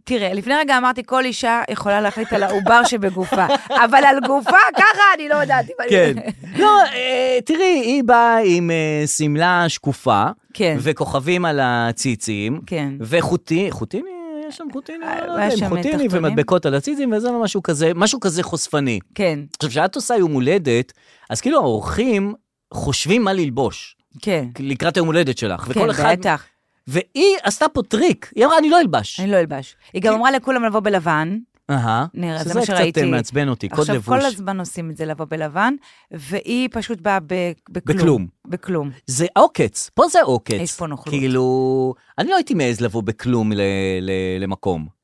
S3: תראה, לפני רגע אמרתי, כל אישה יכולה להחליט על העובר שבגופה, אבל על גופה, ככה אני לא יודעת. אם אני-
S2: לא, אה, תראי, היא באה עם אה, שמלה שקופה,
S3: כן.
S2: וכוכבים על הציצים,
S3: כן.
S2: וחוטים, חוטים? אה, יש שם חוטיני,
S3: אה,
S2: לא
S3: לא היה
S2: יודע,
S3: שם
S2: עם חוטיני
S3: תחתונים?
S2: ומדבקות על הציצים וזה לא משהו כזה, משהו כזה חושפני.
S3: כן,
S2: עכשיו, כשאת עושה יום הולדת, אז כאילו האורחים חושבים מה ללבוש
S3: כן.
S2: לקראת היום הולדת שלך,
S3: כן,
S2: וכל אחד...
S3: בטח.
S2: והיא עשתה פה טריק, היא אמרה, אני לא אלבש.
S3: אני לא אלבש. היא
S2: כן.
S3: גם אמרה לכולם לבוא בלבן.
S2: אהה,
S3: נראה, זה
S2: שזה
S3: מה שראיתי.
S2: קצת אה, מעצבן אותי, קוד
S3: עכשיו, כל
S2: לבוש.
S3: הזמן עושים את זה לבוא בלבן, והיא פשוט באה ב- בכלום.
S2: בכלום.
S3: בכלום.
S2: זה עוקץ, פה זה עוקץ.
S3: יש פה נוכלות.
S2: כאילו, אני לא הייתי מעז לבוא בכלום ל- ל- למקום.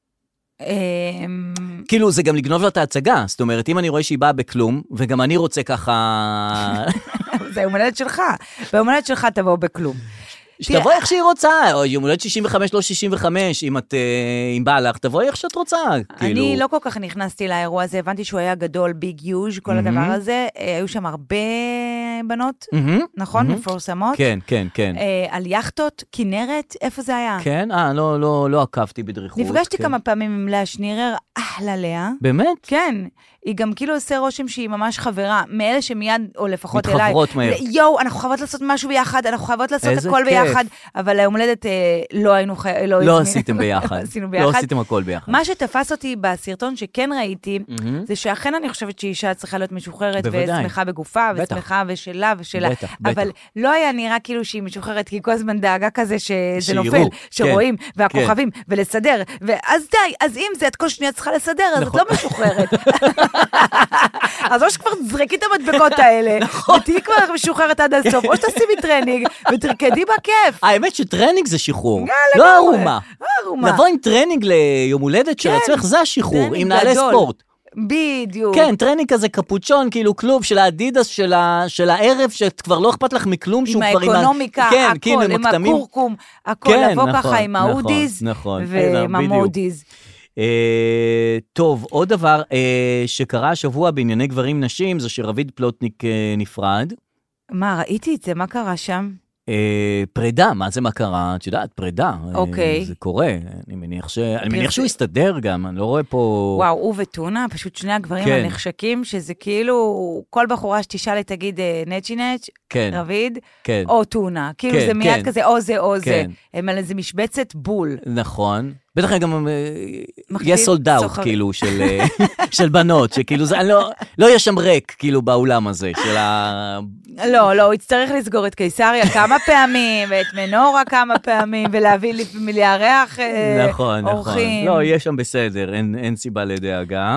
S3: אמ,
S2: כאילו, זה גם לגנוב לה את ההצגה. זאת אומרת, אם אני רואה שהיא באה בכלום, וגם אני רוצה ככה...
S3: זה יום הולדת שלך. ביום הולדת שלך תבוא בכלום.
S2: שתבואי איך שהיא רוצה, או יום הולדת 65, לא 65, אם את... אה, אם בא לך, תבואי איך שאת רוצה. כאילו...
S3: אני לא כל כך נכנסתי לאירוע הזה, הבנתי שהוא היה גדול, ביג יוז', כל
S2: מהמם.
S3: הדבר הזה. אה, היו שם הרבה בנות,
S2: מהמם,
S3: נכון?
S2: מהמם.
S3: מפורסמות.
S2: כן, כן, כן.
S3: אה, על יכטות, כנרת, איפה זה היה?
S2: כן? אה, לא, לא, לא עקבתי בדריכות.
S3: נפגשתי
S2: כן.
S3: כמה פעמים עם לאה שנירר, אחלה לאה.
S2: באמת?
S3: כן, היא גם כאילו עושה רושם שהיא ממש חברה, מאלה שמיד, או לפחות אליי.
S2: מתחברות מהר.
S3: ל- יואו, אנחנו חייבות לעשות משהו ביחד, אנחנו חייבות לעשות
S2: איזה
S3: הכל
S2: כיף.
S3: ביחד, אבל ליום הולדת אה, לא היינו חי...
S2: לא
S3: הזמין-
S2: עשיתם ביחד.
S3: לא עשינו
S2: לא
S3: ביחד.
S2: עשיתם Mm. הכל ביחד.
S3: מה שתפס אותי בסרטון שכן ראיתי,
S2: מהמם.
S3: זה שאכן אני חושבת שאישה צריכה להיות משוחררת,
S2: Hmm? בוודאי.
S3: ושמחה בגופה,
S2: בטח.
S3: ושמחה ושלה ושלה.
S2: בטח, בטח.
S3: אבל לא היה נראה כאילו שהיא משוחררת, כי היא כל הזמן דאגה כזה שזה
S2: שיראו,
S3: נופל,
S2: כן,
S3: שרואים, והכוכבים, ולסדר, ואז די, אז אם זה את כל שניה צריכה לסדר, אז את
S2: נכון.
S3: לא משוחררת. אז או שכבר זרקי את המדבקות האלה,
S2: נכון.
S3: ותהיי כבר משוחררת עד הסוף, או שתשימי טרנינג, ותרקדי בכיף.
S2: האמת שטרנינג זה שחרור,
S3: אה,
S2: לא
S3: לגמרי.
S2: ערומה.
S3: אה, רומה.
S2: לבוא עם טרנינג ליום הולדת של
S3: כן,
S2: עצמך, זה השחרור,
S3: טרנינג
S2: עם נעלי
S3: גדול.
S2: ספורט.
S3: בדיוק.
S2: כן, טרנינג כזה קפוצ'ון, כאילו כלוב של האדידס של ה- של הערב, שכבר לא אכפת לך מכלום,
S3: עם
S2: שהוא כבר
S3: האקונומיקה,
S2: כן,
S3: הכל,
S2: כאילו,
S3: עם
S2: הכתמים.
S3: הכורכום, הכל,
S2: כן,
S3: לבוא
S2: נכון,
S3: ככה עם
S2: נכון,
S3: האודיז,
S2: נכון,
S3: ועם
S2: בדיוק.
S3: המודיז.
S2: אה, טוב, עוד דבר אה, שקרה השבוע בענייני גברים-נשים, זה שרביד פלוטניק אה, נפרד.
S3: מה, ראיתי את זה, מה קרה שם?
S2: אה, פרידה, מה זה מה קרה? את יודעת, פרידה. אה,
S3: אוקיי.
S2: זה קורה, אני מניח ש- אני מניח
S3: פרסי-
S2: שהוא יסתדר גם, אני לא רואה פה...
S3: וואו, הוא וטונה, פשוט שני הגברים
S2: כן.
S3: הנחשקים, שזה כאילו, כל בחורה שתשאל היא תגיד אה, נצ'י נצ',
S2: כן,
S3: רביד,
S2: כן.
S3: או טונה. כאילו
S2: כן,
S3: זה מיד
S2: כן.
S3: כזה, או זה או זה.
S2: כן.
S3: הם על איזה משבצת בול.
S2: נכון. בטח היה גם אה,
S3: מחטיא
S2: יהיה סולד אאוט,
S3: סוחרים.
S2: כאילו, של, אה, של בנות, שכאילו, זה, אני לא, לא יהיה שם ריק, כאילו, באולם הזה, של ה...
S3: לא, לא, הוא יצטרך לסגור את קיסריה כמה פעמים, ואת מנורה כמה פעמים, ולהביא, לארח אה,
S2: נכון, נכון.
S3: אורחים.
S2: לא, יהיה שם בסדר, אין, אין סיבה לדאגה.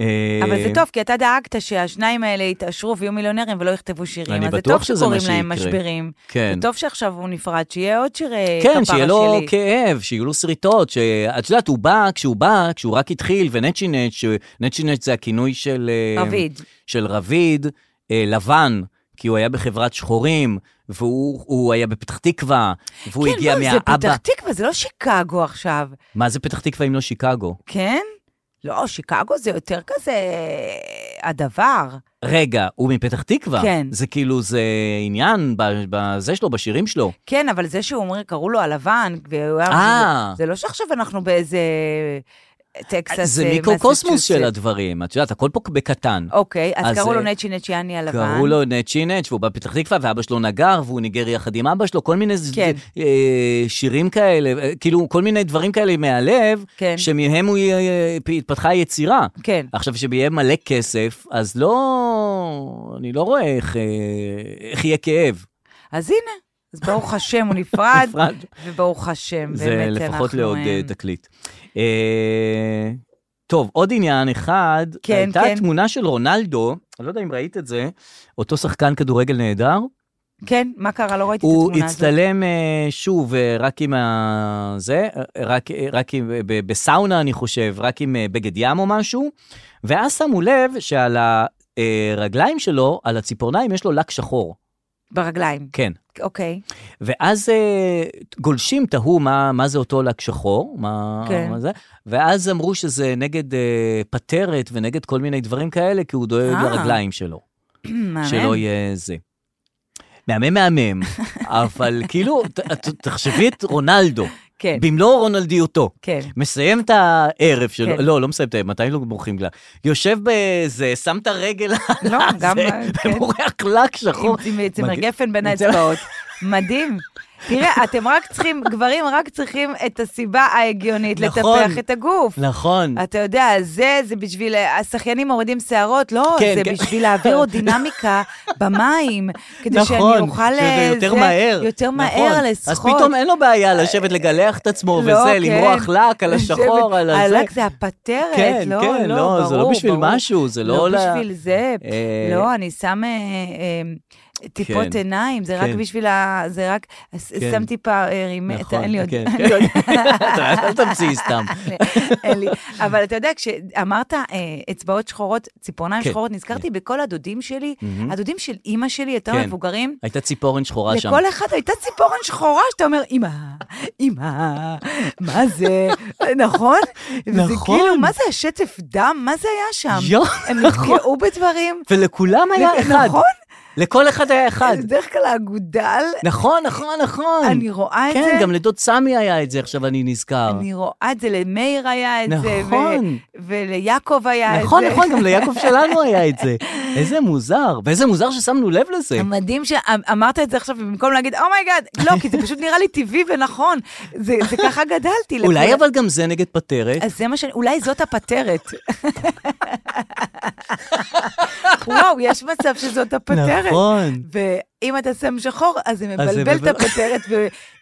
S2: אה,
S3: אבל זה טוב, כי אתה דאגת שהשניים האלה יתעשרו ויהיו מיליונרים ולא יכתבו שירים.
S2: אני
S3: אז זה
S2: בטוח
S3: טוב
S2: שזה מה
S3: שקוראים להם
S2: שיקרה.
S3: משברים.
S2: כן.
S3: זה טוב שעכשיו הוא נפרד, שיהיה עוד שירי כפרה אה, שלי.
S2: כן, שיהיה לו כאב, שיהיו לו שריטות, שאת יודעת, הוא בא, כשהוא בא, כשהוא רק התחיל, ונצ'ינץ', נצ'ינץ' זה הכינוי של... אה,
S3: רביד.
S2: של רביד, אה, לבן, כי הוא היה בחברת שחורים, והוא הוא היה בפתח תקווה, והוא
S3: כן,
S2: הגיע
S3: בוא,
S2: מהאבא.
S3: זה פתח תקווה, זה לא שיקגו עכשיו.
S2: מה זה פתח תקווה אם לא שיקגו?
S3: כן? לא, שיקגו זה יותר כזה אה, הדבר.
S2: רגע, הוא מפתח תקווה.
S3: כן.
S2: זה כאילו, זה עניין ב- בזה שלו, בשירים שלו.
S3: כן, אבל זה שהוא אומר, קראו לו הלבן, והוא היה...
S2: אה.
S3: זה לא שעכשיו אנחנו באיזה טקסס...
S2: זה
S3: אה,
S2: מיקרוקוסמוס של
S3: מסצ'וסטס.
S2: הדברים, את יודעת, הכל פה בקטן.
S3: אוקיי, אז
S2: אז,
S3: קראו לו
S2: אה,
S3: נצ'י נצ'יאני הלבן.
S2: קראו לו נצ'י נץ', והוא בא מפתח תקווה, ואבא שלו נגר, והוא ניגר יחד עם אבא שלו, כל מיני ז-
S3: כן.
S2: אה, שירים כאלה, אה, כאילו, כל מיני דברים כאלה מהלב,
S3: כן.
S2: שמהם הוא י- אה, פ- התפתחה היצירה.
S3: כן.
S2: עכשיו, שיהיה מלא כסף, אז לא... אני לא רואה איך, אה, איך יהיה כאב.
S3: אז הנה, אז ברוך השם, הוא נפרד,
S2: נפרד.
S3: וברוך השם,
S2: זה
S3: באמת
S2: לפחות
S3: אנחנו,
S2: לעוד אה,
S3: אה,
S2: תקליט. אה, טוב, עוד עניין אחד.
S3: כן,
S2: הייתה
S3: כן.
S2: תמונה של רונלדו, אני לא יודע אם ראית את זה, אותו שחקן כדורגל נהדר.
S3: כן, מה קרה? לא ראיתי את
S2: הוא
S3: התמונה הזאת.
S2: הצטלם אה, שוב אה, רק עם ה... זה, אה, רק, אה, רק עם... אה, ב- בסאונה, אני חושב, רק עם אה, בגד ים או משהו, ואז שמו לב שעל הרגליים שלו, על הציפורניים, יש לו לק שחור.
S3: ברגליים,
S2: כן.
S3: אוקיי.
S2: ואז אה, גולשים תהו מה, מה זה אותו לק שחור, מה,
S3: כן.
S2: כן. מה זה, ואז אמרו שזה נגד אה, פטרת ונגד כל מיני דברים כאלה, כי הוא דואג
S3: אה.
S2: לרגליים שלו,
S3: מהמם.
S2: שלא יהיה זה. מהמם מהמם, אבל כאילו, ת, ת, תחשבי את רונלדו,
S3: כן,
S2: במלוא רונלדיותו.
S3: כן.
S2: מסיים את הערב שלו,
S3: כן.
S2: לא, לא מסיים את הערב, מתי לא בורחים גלה? יושב באיזה, שם את הרגל על
S3: לא,
S2: הזה,
S3: גם, אה, כן.
S2: ומורח לק שחור.
S3: עם- עם- עם צמר
S2: מגעיל.
S3: גפן בין האצבעות. מדהים. תראה, אתם רק צריכים, גברים רק צריכים את הסיבה ההגיונית
S2: נכון.
S3: לטפח את הגוף.
S2: נכון.
S3: אתה יודע, זה, זה בשביל, השחיינים מורידים שערות, לא,
S2: כן,
S3: זה
S2: כן.
S3: בשביל האווירודינמיקה במים, כדי שאני
S2: נכון,
S3: אוכל... אה,
S2: שזה יותר
S3: זה,
S2: מהר.
S3: יותר מהר
S2: נכון.
S3: לשחות. אה,
S2: אז פתאום אין לו בעיה לשבת לגלח את עצמו
S3: לא,
S2: וזה,
S3: כן.
S2: למרוח לק על השחור, על הזה.
S3: הלק זה הפטרת,
S2: כן,
S3: לא,
S2: כן, לא,
S3: לא, ברור,
S2: זה לא בשביל
S3: ברור.
S2: משהו, זה לא ל-
S3: לא בשביל זה,
S2: אה,
S3: לא, אני שם אה, אה, טיפות
S2: כן,
S3: עיניים, זה רק
S2: כן.
S3: בשביל ה... זה רק... אז
S2: כן.
S3: שם טיפה אה, רימי... אתה-
S2: נכון,
S3: אין לי עוד... לא
S2: כן,
S3: אין לי עוד.
S2: אל תמציאי סתם.
S3: אין לי. אבל אתה יודע, כשאמרת אה, אצבעות שחורות, ציפורניים
S2: כן,
S3: שחורות, נזכרתי בכל הדודים שלי,
S2: מהמם.
S3: הדודים של אימא שלי, יותר
S2: כן.
S3: מבוגרים,
S2: הייתה ציפורן שחורה שם.
S3: לכל אחד הייתה ציפורן שחורה, שאתה אומר, אמא, אמא, מה זה, נכון? וזה
S2: נכון.
S3: כאילו, מה זה השטף דם? מה זה היה שם?
S2: יואו,
S3: הם
S2: נכון.
S3: נפגעו בדברים?
S2: ולכולם היה אחד.
S3: נכון?
S2: לכל אחד היה אחד.
S3: בדרך כלל האגודל,
S2: נכון, נכון, נכון.
S3: אני רואה את זה.
S2: כן, גם לדוד סמי היה את זה, עכשיו אני נזכר.
S3: אני רואה את זה, למאיר היה את זה, ו-
S2: נכון.
S3: וליעקב היה את זה.
S2: נכון, נכון, גם ליעקב שלנו היה את זה. איזה מוזר, ואיזה מוזר ששמנו לב לזה.
S3: מדהים שאמרת אמ- את זה עכשיו, ובמקום להגיד, אומייגאד, לא, כי זה פשוט נראה לי טבעי ונכון. זה זה ככה גדלתי.
S2: אולי
S3: לכולם.
S2: אבל גם זה נגד פטרת.
S3: אז זה מה שאני, אולי זאת הפטרת. וואו, יש מצב שזאת הפטרת.
S2: נכון.
S3: ואם אתה שם שחור, אז זה
S2: אז זה
S3: מבלבל את
S2: מבלבל.
S3: הפטרת,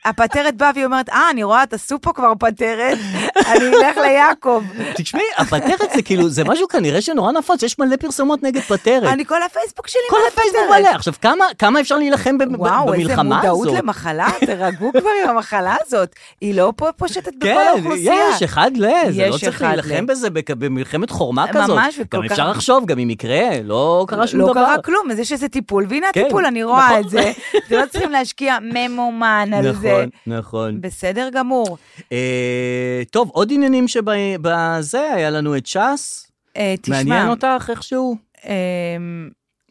S3: והפטרת באה והיא אומרת, אה, אני רואה, תעשו פה כבר פטרת, אני אלך ליעקב.
S2: תשמעי, הפטרת זה כאילו, זה משהו כנראה שנורא נפוץ, יש מלא פרסומות נגד פטרת.
S3: אני, כל הפייסבוק שלי
S2: כל
S3: מלא
S2: הפייסבוק
S3: פטרת.
S2: מלא. עכשיו, כמה- כמה אפשר להילחם ב- ב-
S3: וואו, איזה
S2: במלחמה
S3: מודעות
S2: הזאת?
S3: למחלה, תרגעו כבר עם המחלה הזאת. היא לא פה פושטת בכל האוכלוסייה.
S2: כן, יש אחד ל... זה לא
S3: יש
S2: צריך
S3: אחד
S2: להילחם
S3: ל-
S2: בזה בכ- במלחמת חורמה
S3: ממש,
S2: כזאת.
S3: וכל
S2: גם
S3: כך-
S2: אפשר לחשוב, גם אם יקרה, לא קרה שום
S3: לא
S2: דבר.
S3: קרה כלום, אז יש איזה טיפול, והנה
S2: כן,
S3: הטיפול, אני רואה
S2: נכון.
S3: את זה. זה לא צריכים להשקיע ממומן על זה.
S2: נכון, נכון.
S3: בסדר גמור.
S2: אה, טוב, עוד עניינים שבזה, היה לנו את ש"ס.
S3: אה, תשמע,
S2: מעניין אותך איכשהו?
S3: אמ,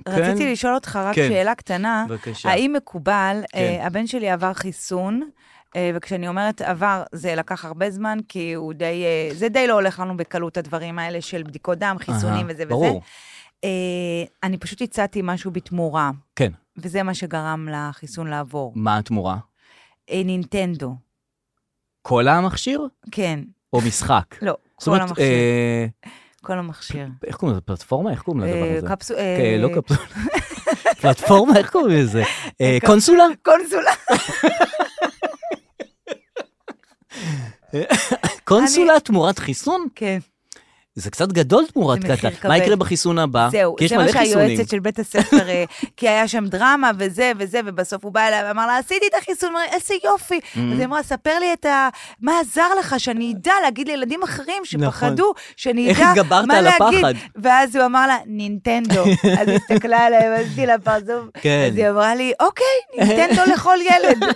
S2: כן.
S3: רציתי לשאול אותך רק
S2: כן.
S3: שאלה קטנה.
S2: בבקשה.
S3: אה, האם מקובל,
S2: כן.
S3: אה, הבן שלי עבר חיסון, אה, וכשאני אומרת עבר, זה לקח הרבה זמן, כי הוא די, אה, זה די לא הולך לנו בקלות, הדברים האלה של בדיקות דם, חיסונים
S2: אהה,
S3: וזה וזה.
S2: ברור.
S3: אה, אני פשוט הצעתי משהו בתמורה,
S2: כן.
S3: וזה מה שגרם לחיסון לעבור.
S2: מה התמורה?
S3: אה, נינטנדו,
S2: כל המכשיר
S3: כן.
S2: או משחק?
S3: לא,
S2: זאת
S3: כל
S2: אומרת,
S3: המכשיר.
S2: אה,
S3: כל המכשיר.
S2: איך קוראים לזה? פלטפורמה? איך קוראים לדבר
S3: אה,
S2: הזה?
S3: קפסו-
S2: כן, לא
S3: אה,
S2: קפסולה. פלטפורמה, איך קוראים לזה? אה, קונסולה?
S3: קונסולה.
S2: קונסולה תמורת חיסון?
S3: כן,
S2: זה קצת גדול תמורת
S3: זה מחיר
S2: קטן.
S3: כבד.
S2: מה יקרה בחיסון הבא?
S3: זהו,
S2: אה? כי יש
S3: זה מה
S2: מלא חיסונים.
S3: שהיועצת של בית הספר, אה, כי היה שם דרמה וזה וזה, ובסוף הוא בא אליי ואמר לה, עשיתי את החיסון, אמר, איזה יופי.
S2: Mm-hmm.
S3: אז היא אמרה, ספר לי את ה... מה עזר לך, שאני אדע להגיד לילדים אחרים שפחדו, שאני
S2: נכון. איך
S3: אדע
S2: התגברת
S3: מה
S2: על
S3: להגיד.
S2: הפחד?
S3: ואז הוא אמר לה, נינטנדו. אז היא הסתכלה עליי, ועשיתי לה פרצוף.
S2: כן.
S3: אז היא אמרה לי, אוקיי, נינטנדו לכל ילד. היא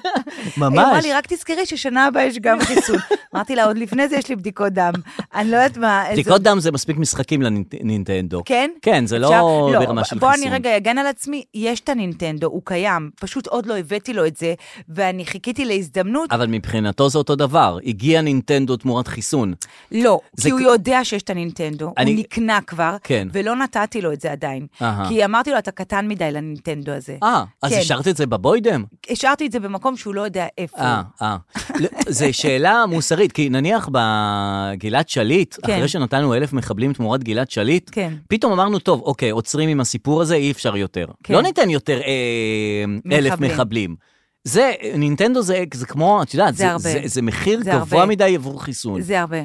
S3: אמרה
S2: ממש.
S3: לי, רק תזכרי ששנה הבאה יש גם חיסון. אמרתי לה, עוד לפני זה יש לי בדיקות דם. אני לא יודעת מה... איזה-
S2: בדיקות דם זה מספיק משחקים לנינטנדו.
S3: כן?
S2: כן, זה
S3: אפשר-
S2: לא ברמה של
S3: בוא
S2: חיסון.
S3: אני רגע אגן על עצמי, יש את הנינטנדו, הוא קיים, פשוט עוד לא הבאתי לו את זה, ואני חיכיתי להזדמנות,
S2: אבל מבחינתו זה אותו דבר. הגיע נינטנדו תמורת חיסון.
S3: לא,
S2: זה
S3: כי הוא
S2: כ-
S3: יודע שיש את הנינטנדו,
S2: אני-
S3: הוא נקנה כבר,
S2: כן.
S3: ולא נתתי לו את זה עדיין.
S2: אהה.
S3: כי אמרתי לו, אתה קטן מדי לנינטנדו הזה.
S2: אה, אז
S3: כן.
S2: השארת את זה בבוידם?
S3: השארתי את זה במקום שהוא לא יודע איפה.
S2: אה,
S3: הוא.
S2: אה. לא, זה שאלה מוסרית, כי נניח בגלעד שליט,
S3: כן.
S2: אחרי שנתנו אלף מחבלים תמורת גלעד שליט,
S3: כן.
S2: פתאום אמרנו, טוב, אוקיי, עוצרים עם הסיפור הזה, אי אפשר יותר.
S3: כן.
S2: לא ניתן יותר אה, אלף
S3: מחבלים.
S2: מחבלים. זה, נינטנדו זה זה כמו, את יודעת,
S3: זה
S2: זה-
S3: הרבה.
S2: זה זה מחיר
S3: זה
S2: גבוה
S3: הרבה.
S2: מדי עבור חיסון.
S3: זה הרבה.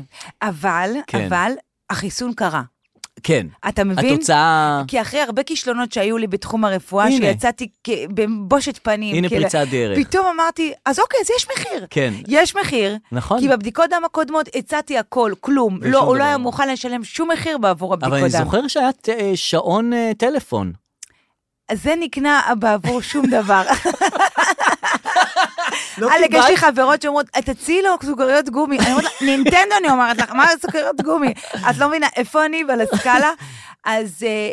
S3: אבל,
S2: כן.
S3: אבל, החיסון קרה.
S2: כן.
S3: אתה מבין?
S2: התוצאה...
S3: כי אחרי הרבה כישלונות שהיו לי בתחום הרפואה,
S2: הנה.
S3: שיצאתי כ- בבושת פנים.
S2: הנה
S3: כאילו,
S2: פריצת דרך.
S3: פתאום אמרתי, אז אוקיי, אז יש מחיר.
S2: כן.
S3: יש מחיר.
S2: נכון.
S3: כי בבדיקות דם הקודמות הצעתי הכל, כלום.
S2: ושום
S3: לא, הוא
S2: דבר
S3: לא היה
S2: לא.
S3: מוכן לשלם שום מחיר בעבור הבדיקות דם.
S2: אבל אני זוכר שהיה ת- אה, שעון אה, טלפון.
S3: אז זה נקנה בעבור שום דבר.
S2: לא
S3: עלק, יש לי חברות שאומרות, תציעי לו סוכריות גומי. אני אומרת לה, נינטנדו, אני אומרת לך, מה סוכריות גומי? את לא מבינה איפה אני ועל הסקאלה? אז אה,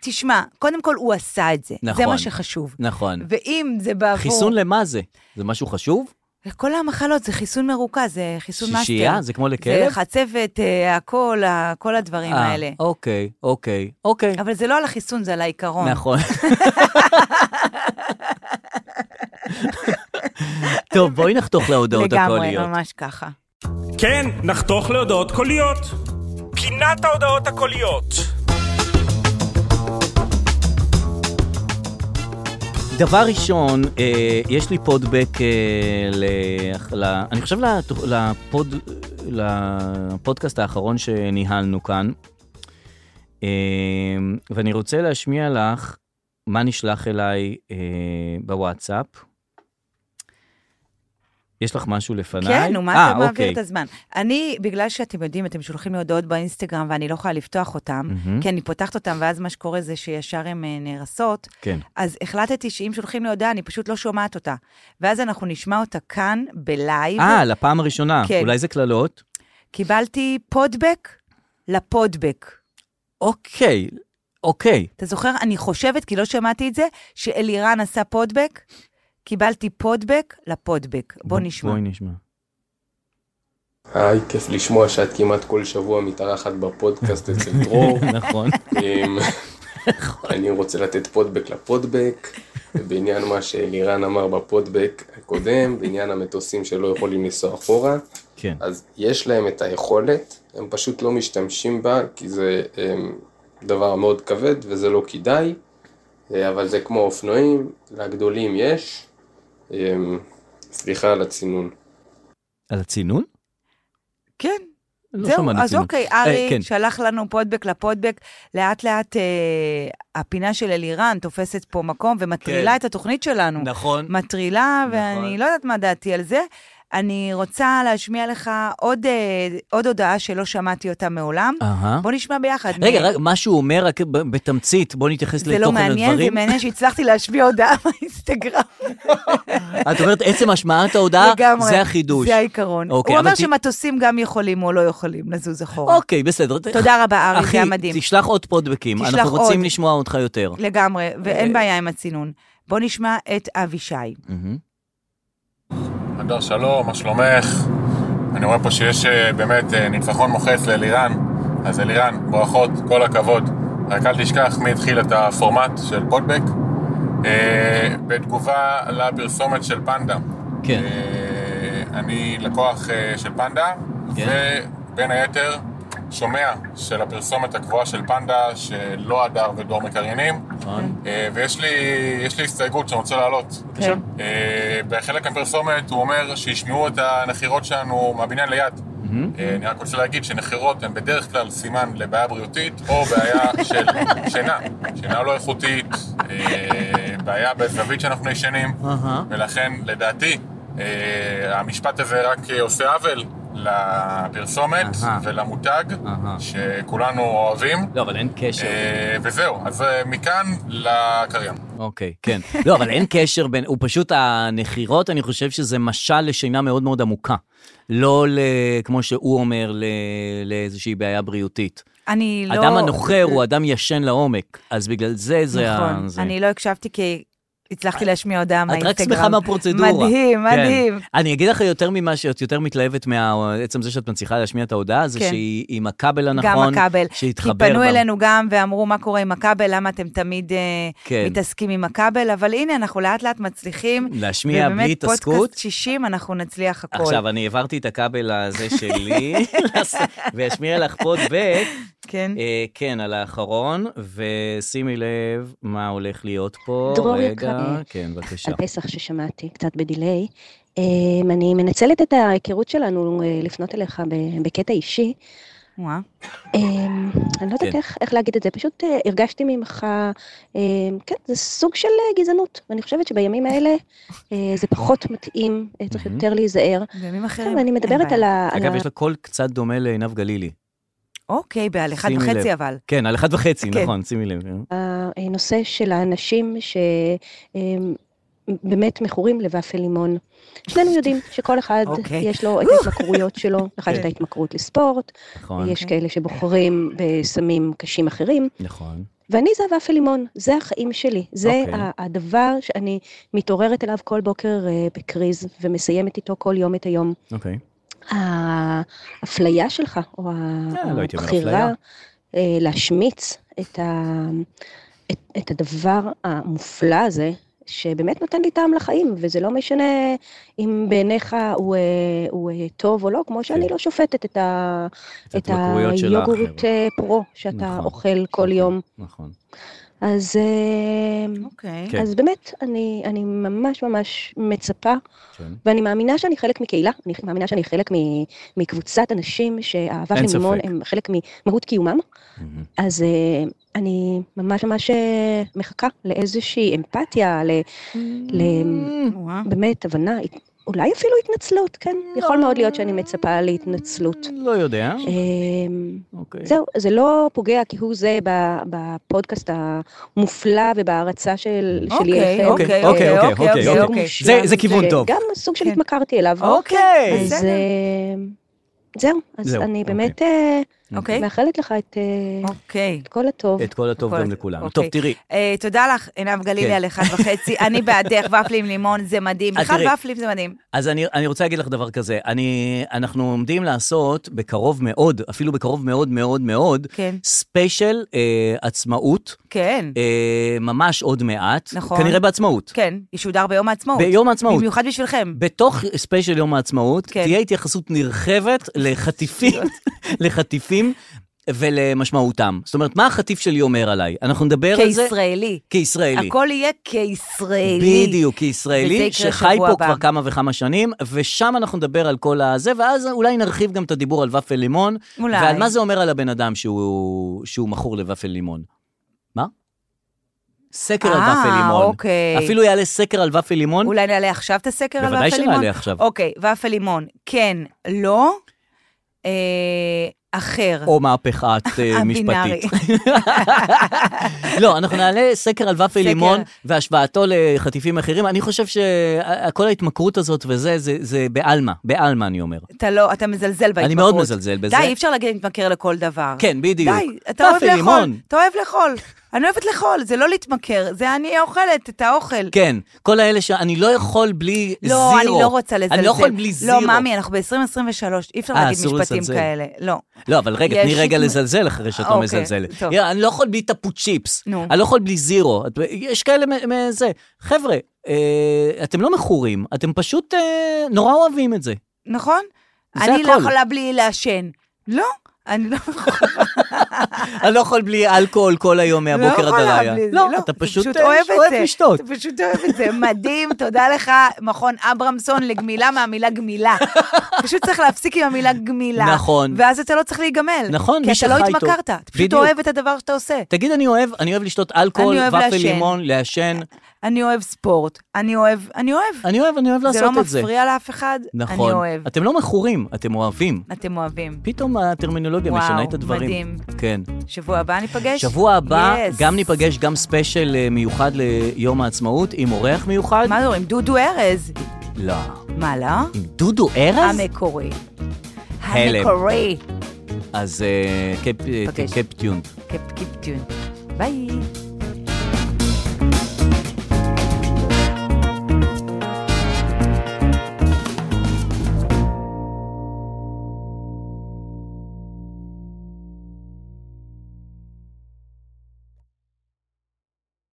S3: תשמע, קודם כל הוא עשה את זה. זה
S2: נכון.
S3: מה שחשוב.
S2: נכון.
S3: ואם זה בעבור...
S2: חיסון למה זה? זה משהו חשוב?
S3: לכל המחלות, זה חיסון מרוכז, זה חיסון מאסטר.
S2: שישייה? זה כמו
S3: זה
S2: לכלב?
S3: חצבת, אה, הכל, ה- כל הדברים
S2: אה,
S3: האלה.
S2: אוקיי, אוקיי, אוקיי.
S3: אבל זה לא על החיסון, זה על נכון. העיקרון.
S2: נכון. טוב, בואי נחתוך להודעות
S3: לגמרי,
S2: הקוליות.
S3: ממש ככה.
S1: כן, נחתוך להודעות קוליות. פינת ההודעות הקוליות.
S2: דבר ראשון, אה, יש לי פודבק, אה, ל, ל, אני חושב לתוכ- לפוד, לפודקאסט האחרון שניהלנו כאן, אה, ואני רוצה להשמיע לך מה נשלח אליי אה, בוואטסאפ. יש לך משהו לפניי?
S3: כן, נו, מה אתה
S2: אה,
S3: מעביר
S2: אוקיי.
S3: את הזמן? אני, בגלל שאתם יודעים, אתם שולחים לי הודעות באינסטגרם ואני לא יכולה לפתוח אותם,
S2: מהמם.
S3: כי אני פותחת אותם, ואז מה שקורה זה שישר הן אה, נהרסות,
S2: כן.
S3: אז החלטתי שאם שולחים לי הודעה, אני פשוט לא שומעת אותה. ואז אנחנו נשמע אותה כאן, בלייב.
S2: אה, לפעם הראשונה.
S3: כן.
S2: אולי זה קללות?
S3: קיבלתי פודבק לפודבק.
S2: אוקיי, אוקיי.
S3: אתה זוכר? אני חושבת, כי לא שמעתי את זה, שאלירן עשה פודבק, קיבלתי פודבק לפודבק. בוא נשמע.
S2: בואי נשמע.
S8: היי, כיף לשמוע שאת כמעט כל שבוע מתארחת בפודקאסט אצל דרור.
S2: נכון.
S8: אמ, אני רוצה לתת פודבק לפודבק, ובעניין מה שאלירן אמר בפודבק הקודם, בעניין המטוסים שלא יכולים לנסוע אחורה,
S2: כן.
S8: אז יש להם את היכולת, הם פשוט לא משתמשים בה, כי זה אמ, דבר מאוד כבד וזה לא כדאי, אה, אבל זה כמו אופנועים, לגדולים יש. אמ, סליחה על הצינון.
S2: על הצינון?
S3: כן.
S2: לא
S3: זהו,
S2: שמענו
S3: אז
S2: צינון.
S3: אוקיי,
S2: אה,
S3: ארי
S2: כן.
S3: שלח לנו פודבק לפודבק. לאט לאט אה, הפינה של אלירן תופסת פה מקום ומטרילה
S2: כן.
S3: את התוכנית שלנו.
S2: נכון.
S3: מטרילה,
S2: נכון.
S3: ואני לא יודעת מה דעתי על זה. אני רוצה להשמיע לך עוד, אה, עוד הודעה שלא שמעתי אותה מעולם.
S2: אהה.
S3: בוא נשמע ביחד.
S2: אה. רגע,
S3: נ-
S2: רק מה שהוא אומר, רק ב- בתמצית, בוא נתייחס
S3: זה לא
S2: לתוכן הדברים.
S3: מעניין, זה מעניין שהצלחתי להשמיע הודעה באינסטגרם.
S2: את אומרת, עצם השמעת ההודעה,
S3: לגמרי.
S2: אה, זה החידוש.
S3: זה העיקרון.
S2: אוקיי,
S3: הוא
S2: אבל
S3: אומר
S2: ת-
S3: שמטוסים גם יכולים או לא יכולים לזוז אחורה.
S2: אוקיי, בסדר.
S3: תודה רבה, ארי, זה היה
S2: אחי,
S3: מדהים.
S2: תשלח עוד פודבקים,
S3: תשלח
S2: אנחנו רוצים
S3: עוד.
S2: לשמוע אותך יותר.
S3: לגמרי,
S2: אה,
S3: ואין בעיה עם הצינון. בוא נשמע את אבישי.
S2: מהמם.
S9: אדר שלום, מה שלומך? אני רואה פה שיש אה, באמת אה, ניצחון מוחץ לאלירן, אז אלירן, ברכות, כל הכבוד. רק אל תשכח מי התחיל את הפורמט של פודבק. אה, בתגובה לפרסומת של פנדה.
S2: כן.
S9: אה, אני לקוח אה, של פנדה,
S2: כן.
S9: ובין היתר שומע של הפרסומת הקבועה של פנדה, שלא הדר ודור מקריינים.
S2: נכון.
S9: אה, ויש לי, יש לי הסתייגות שאני רוצה להעלות.
S3: כן.
S9: אה, בחלק מהפרסומת הוא אומר שישמעו את הנחירות שלנו מהבניין ליד. אה, אני רק רוצה להגיד שנחירות הן בדרך כלל סימן לבעיה בריאותית או בעיה של שינה. שינה לא איכותית, אה, בעיה בזווית שאנחנו ישנים,
S2: אהה.
S9: ולכן לדעתי אה, המשפט הזה רק עושה עוול לפרסומת
S2: אהה.
S9: ולמותג
S2: אהה.
S9: שכולנו אוהבים.
S2: לא, אבל אין קשר.
S9: אה, וזהו, אז אה, מכאן לקריין.
S2: אוקיי, כן. לא, אבל אין קשר בין, הוא פשוט, הנחירות, אני חושב שזה משל לשינה מאוד מאוד עמוקה. לא, ל, כמו שהוא אומר, ל, לאיזושהי בעיה בריאותית.
S3: אני לא...
S2: אדם הנוחר הוא אדם ישן לעומק, אז בגלל זה זה... ה-
S3: נכון,
S2: זה.
S3: אני לא הקשבתי כי הצלחתי להשמיע הודעה
S2: אה, את
S3: מהאינסטגרם.
S2: רק שמחה מהפרוצדורה.
S3: מדהים,
S2: כן.
S3: מדהים.
S2: אני אגיד לך יותר ממה שאת יותר מתלהבת מעצם זה שאת מצליחה להשמיע את ההודעה, זה
S3: כן.
S2: שהיא עם הכבל
S3: גם
S2: הנכון,
S3: הכבל. כי
S2: נכון, שהתחבר
S3: פנו
S2: בה.
S3: אלינו גם ואמרו, מה קורה עם הכבל, למה אתם תמיד אה,
S2: כן.
S3: מתעסקים עם הכבל, אבל הנה, אנחנו לאט-לאט מצליחים.
S2: להשמיע בלי
S3: ובאמת,
S2: התעסקות.
S3: פודקאסט 60, אנחנו נצליח הכול.
S2: עכשיו, אני העברתי את הכבל הזה שלי, ואשמיע לך פודבק,
S3: כן.
S2: אה, כן, על האחרון, ושימי לב מה הולך להיות פה.
S10: דרור
S2: רגע,
S10: יקרה.
S2: כן, בבקשה.
S10: על פסח ששמעתי, קצת בדיליי. אמ, אני מנצלת את ההיכרות שלנו אה, לפנות אליך ב- בקטע אישי.
S3: וואה.
S10: אמ, אני לא יודעת
S2: כן.
S10: איך- איך להגיד את זה, פשוט אה, הרגשתי ממך, אמ, כן, זה סוג של אה, גזענות, ואני חושבת שבימים האלה אה, זה פחות מתאים, אה, צריך
S2: מהמם.
S10: יותר להיזהר.
S3: בימים אחרים.
S10: ואני
S3: אין
S10: מדברת
S3: בעיה.
S10: על ה... על
S2: אגב,
S10: ה-
S2: יש לה קול קצת דומה לעינב גלילי.
S3: אוקיי, בעל אחד
S2: שימי לב.
S3: וחצי אבל.
S2: כן, על אחד וחצי,
S3: כן.
S2: נכון, שימי לב.
S10: הנושא של האנשים שבאמת מכורים לוואפל לימון. שנינו יודעים שכל אחד
S3: אוקיי.
S10: יש לו את ההתמכרויות
S2: כן.
S10: שלו, אחד את ההתמכרות לספורט,
S2: נכון,
S10: יש כאלה שבוחרים בסמים קשים אחרים,
S2: נכון.
S10: ואני זה הוואפל לימון, זה החיים שלי, זה
S2: אוקיי.
S10: ה- הדבר שאני מתעוררת אליו כל בוקר אה, בקריז ומסיימת איתו כל יום את היום.
S2: אוקיי.
S10: האפליה שלך, או
S2: לא הייתי אומר
S10: הבחירה
S2: אפליה.
S10: אה, להשמיץ את, ה, את, את הדבר המופלא הזה, שבאמת נותן לי טעם לחיים, וזה לא משנה אם בעיניך הוא, אה, הוא אה, טוב או לא, כמו שאני
S2: כן.
S10: לא שופטת את, ה, את
S2: ההתמכרויות של האחר.
S10: היוגורט אה, פרו שאתה
S2: נכון.
S10: אוכל כל יום.
S2: נכון.
S10: אז, אה,
S3: אוקיי.
S2: כן.
S10: אז באמת, אני, אני ממש ממש מצפה,
S2: כן.
S10: ואני מאמינה שאני חלק מקהילה, אני מאמינה שאני חלק מ, מקבוצת אנשים שהאהבה
S2: אין
S10: ומימון
S2: ספק.
S10: הם חלק ממהות קיומם, אז אה, אני ממש ממש אה, מחכה לאיזושהי אמפתיה, ל, ל,
S3: וואו.
S10: באמת הבנה, הת- אולי אפילו התנצלות, כן? יכול מאוד להיות שאני מצפה להתנצלות.
S2: לא יודע.
S10: אמ,
S3: כן.
S2: אוקיי.
S10: זהו, זה לא פוגע כהוא זה ב- בפודקאסט המופלא ובהערצה של, שלי
S3: אוקיי,
S10: אליכם.
S3: אוקיי,
S10: אה,
S2: אוקיי,
S10: אה,
S2: אוקיי, אוקיי,
S10: יו"ר
S2: אוקיי.
S10: מושלם,
S2: זה- זה כיוון טוב.
S10: שגם סוג של התמכרתי אליו.
S3: כן. אוקיי,
S10: אז
S3: בסדר.
S10: אמ, זהו, אז
S2: זהו,
S10: אני
S2: אוקיי.
S10: באמת אה,
S3: אוקיי.
S10: מאחלת לך את אה,
S3: אוקיי.
S10: את כל הטוב.
S2: את כל הטוב
S3: הכל-
S2: גם לכולם.
S3: אוקיי.
S2: טוב, תראי,
S3: אה, תודה לך, עינב גלילי,
S2: כן.
S3: על אחד וחצי. אני בעדך, ופלים לימון, זה מדהים.
S2: אז
S3: בכלל
S2: תראי.
S3: ופלים זה מדהים.
S2: אז אני, אני רוצה להגיד לך דבר כזה, אני, אנחנו עומדים לעשות בקרוב מאוד, אפילו בקרוב מאוד מאוד מאוד,
S3: כן.
S2: ספיישל אה, עצמאות,
S3: כן,
S2: אה, ממש עוד מעט,
S3: נכון.
S2: כנראה בעצמאות.
S3: כן, ישודר ביום העצמאות.
S2: ביום העצמאות.
S3: במיוחד בשבילכם.
S2: בתוך ספיישל יום העצמאות,
S3: כן.
S2: כן. תהיה התייחסות נרחבת לחטיפים, לחטיפים ולמשמעותם. זאת אומרת, מה החטיף שלי אומר עליי? אנחנו נדבר על זה
S3: כישראלי.
S2: כישראלי.
S3: הכל יהיה כישראלי.
S2: בדיוק,
S3: וזה
S2: כישראלי,
S3: יקרה
S2: שחי
S3: שבוע
S2: פה
S3: הבא.
S2: כבר כמה וכמה שנים, ושם אנחנו נדבר על כל הזה, ואז אולי נרחיב גם את הדיבור על ופל לימון,
S3: אולי.
S2: ועל מה זה אומר על הבן אדם שהוא, שהוא מכור לוופל לימון. מה? סקר על
S3: אה,
S2: ופל לימון.
S3: אוקיי.
S2: אפילו יעלה סקר על ופל לימון,
S3: אולי נעלה עכשיו את הסקר על ופל לימון?
S2: בוודאי שנעלה עכשיו.
S3: אוקיי, ופל לימון, כן, לא, אה, אחר.
S2: או מהפכת אה,
S3: הבינארי.
S2: משפטית. לא, אנחנו נעלה סקר על ופל
S3: סקר.
S2: לימון והשוואתו לחטיפים אחרים. אני חושב שכל ההתמכרות הזאת וזה, זה- זה בעלמא, בעלמא אני אומר.
S3: אתה לא, אתה מזלזל בהתמכרות.
S2: אני מאוד מזלזל בזה.
S3: די, אי אפשר להגיד להתמכר לכל דבר.
S2: כן, בדיוק.
S3: די, אתה אוהב
S2: ופל
S3: לאכול,
S2: לימון.
S3: אתה אוהב לאכול. אני אוהבת לאכול, זה לא להתמכר, זה אני אוכלת את האוכל.
S2: כן, כל האלה שאני לא יכול בלי
S3: לא,
S2: זירו.
S3: אני לא רוצה לזלזל.
S2: אני לא יכול בלי זירו.
S3: לא, ממי, אנחנו ב-2023, אי אפשר
S2: אה,
S3: להגיד
S2: אסור
S3: משפטים
S2: לזלזל.
S3: כאלה. לא.
S2: לא, אבל רגע,
S3: יש
S2: תני רגע
S3: התמ-
S2: לזלזל אחרי שאת לא
S3: אוקיי,
S2: מזלזלת.
S3: טוב.
S2: יא, אני לא יכול בלי טפו צ'יפס.
S3: נו.
S2: אני לא יכול בלי זירו. את- יש כאלה מ- מזה. חבר'ה, אה, אתם לא מכורים, אתם פשוט אה, נורא אוהבים את זה.
S3: נכון?
S2: זה
S3: אני לא
S2: הכל.
S3: יכולה בלי לעשן. לא, אני לא יכולה.
S2: אני לא יכול בלי אלכוהול כל היום
S3: לא
S2: מהבוקר עד
S3: יכולה
S2: הלילה.
S3: בלי זה,
S2: לא, אתה פשוט
S3: פשוט
S2: אה,
S3: אוהב את
S2: אוהב
S3: זה.
S2: לשתות.
S3: אתה פשוט אוהב את זה, מדהים, תודה לך, מכון אברמסון לגמילה מהמילה גמילה. פשוט צריך להפסיק עם המילה גמילה.
S2: נכון.
S3: ואז אתה לא צריך להיגמל.
S2: נכון, מי
S3: כי אתה לא
S2: שחי איתו.
S3: התמכרת, אתה פשוט
S2: בדיוק.
S3: אוהב את הדבר שאתה עושה.
S2: תגיד, אני אוהב, אני אוהב לשתות אלכוהול,
S3: אני אוהב
S2: ופל
S3: לעשן. אה.
S2: לימון, לעשן.
S3: אני אוהב ספורט, אני אוהב, אני אוהב.
S2: אני אוהב, אני אוהב
S3: זה
S2: לעשות
S3: לא
S2: את זה.
S3: מפריע לאף אחד, אני
S2: נכון.
S3: אוהב.
S2: אתם לא מכורים, אתם אוהבים.
S3: אתם אוהבים.
S2: פתאום הטרמינולוגיה
S3: וואו,
S2: משנה את הדברים.
S3: מדהים.
S2: כן.
S3: שבוע הבא ניפגש?
S2: שבוע הבא
S3: Yes.
S2: גם ניפגש, גם ספיישל אה, מיוחד ליום העצמאות, עם אורח מיוחד.
S3: מה זה אומרים? דודו ארז.
S2: לא.
S3: מה, לא?
S2: עם דודו ארז?
S3: המקורי.
S2: הלם.
S3: המקורי.
S2: אז אה, קפ-
S3: ניפגש.
S2: קפ טיונד.
S3: קפ- קיפ טיון. ביי.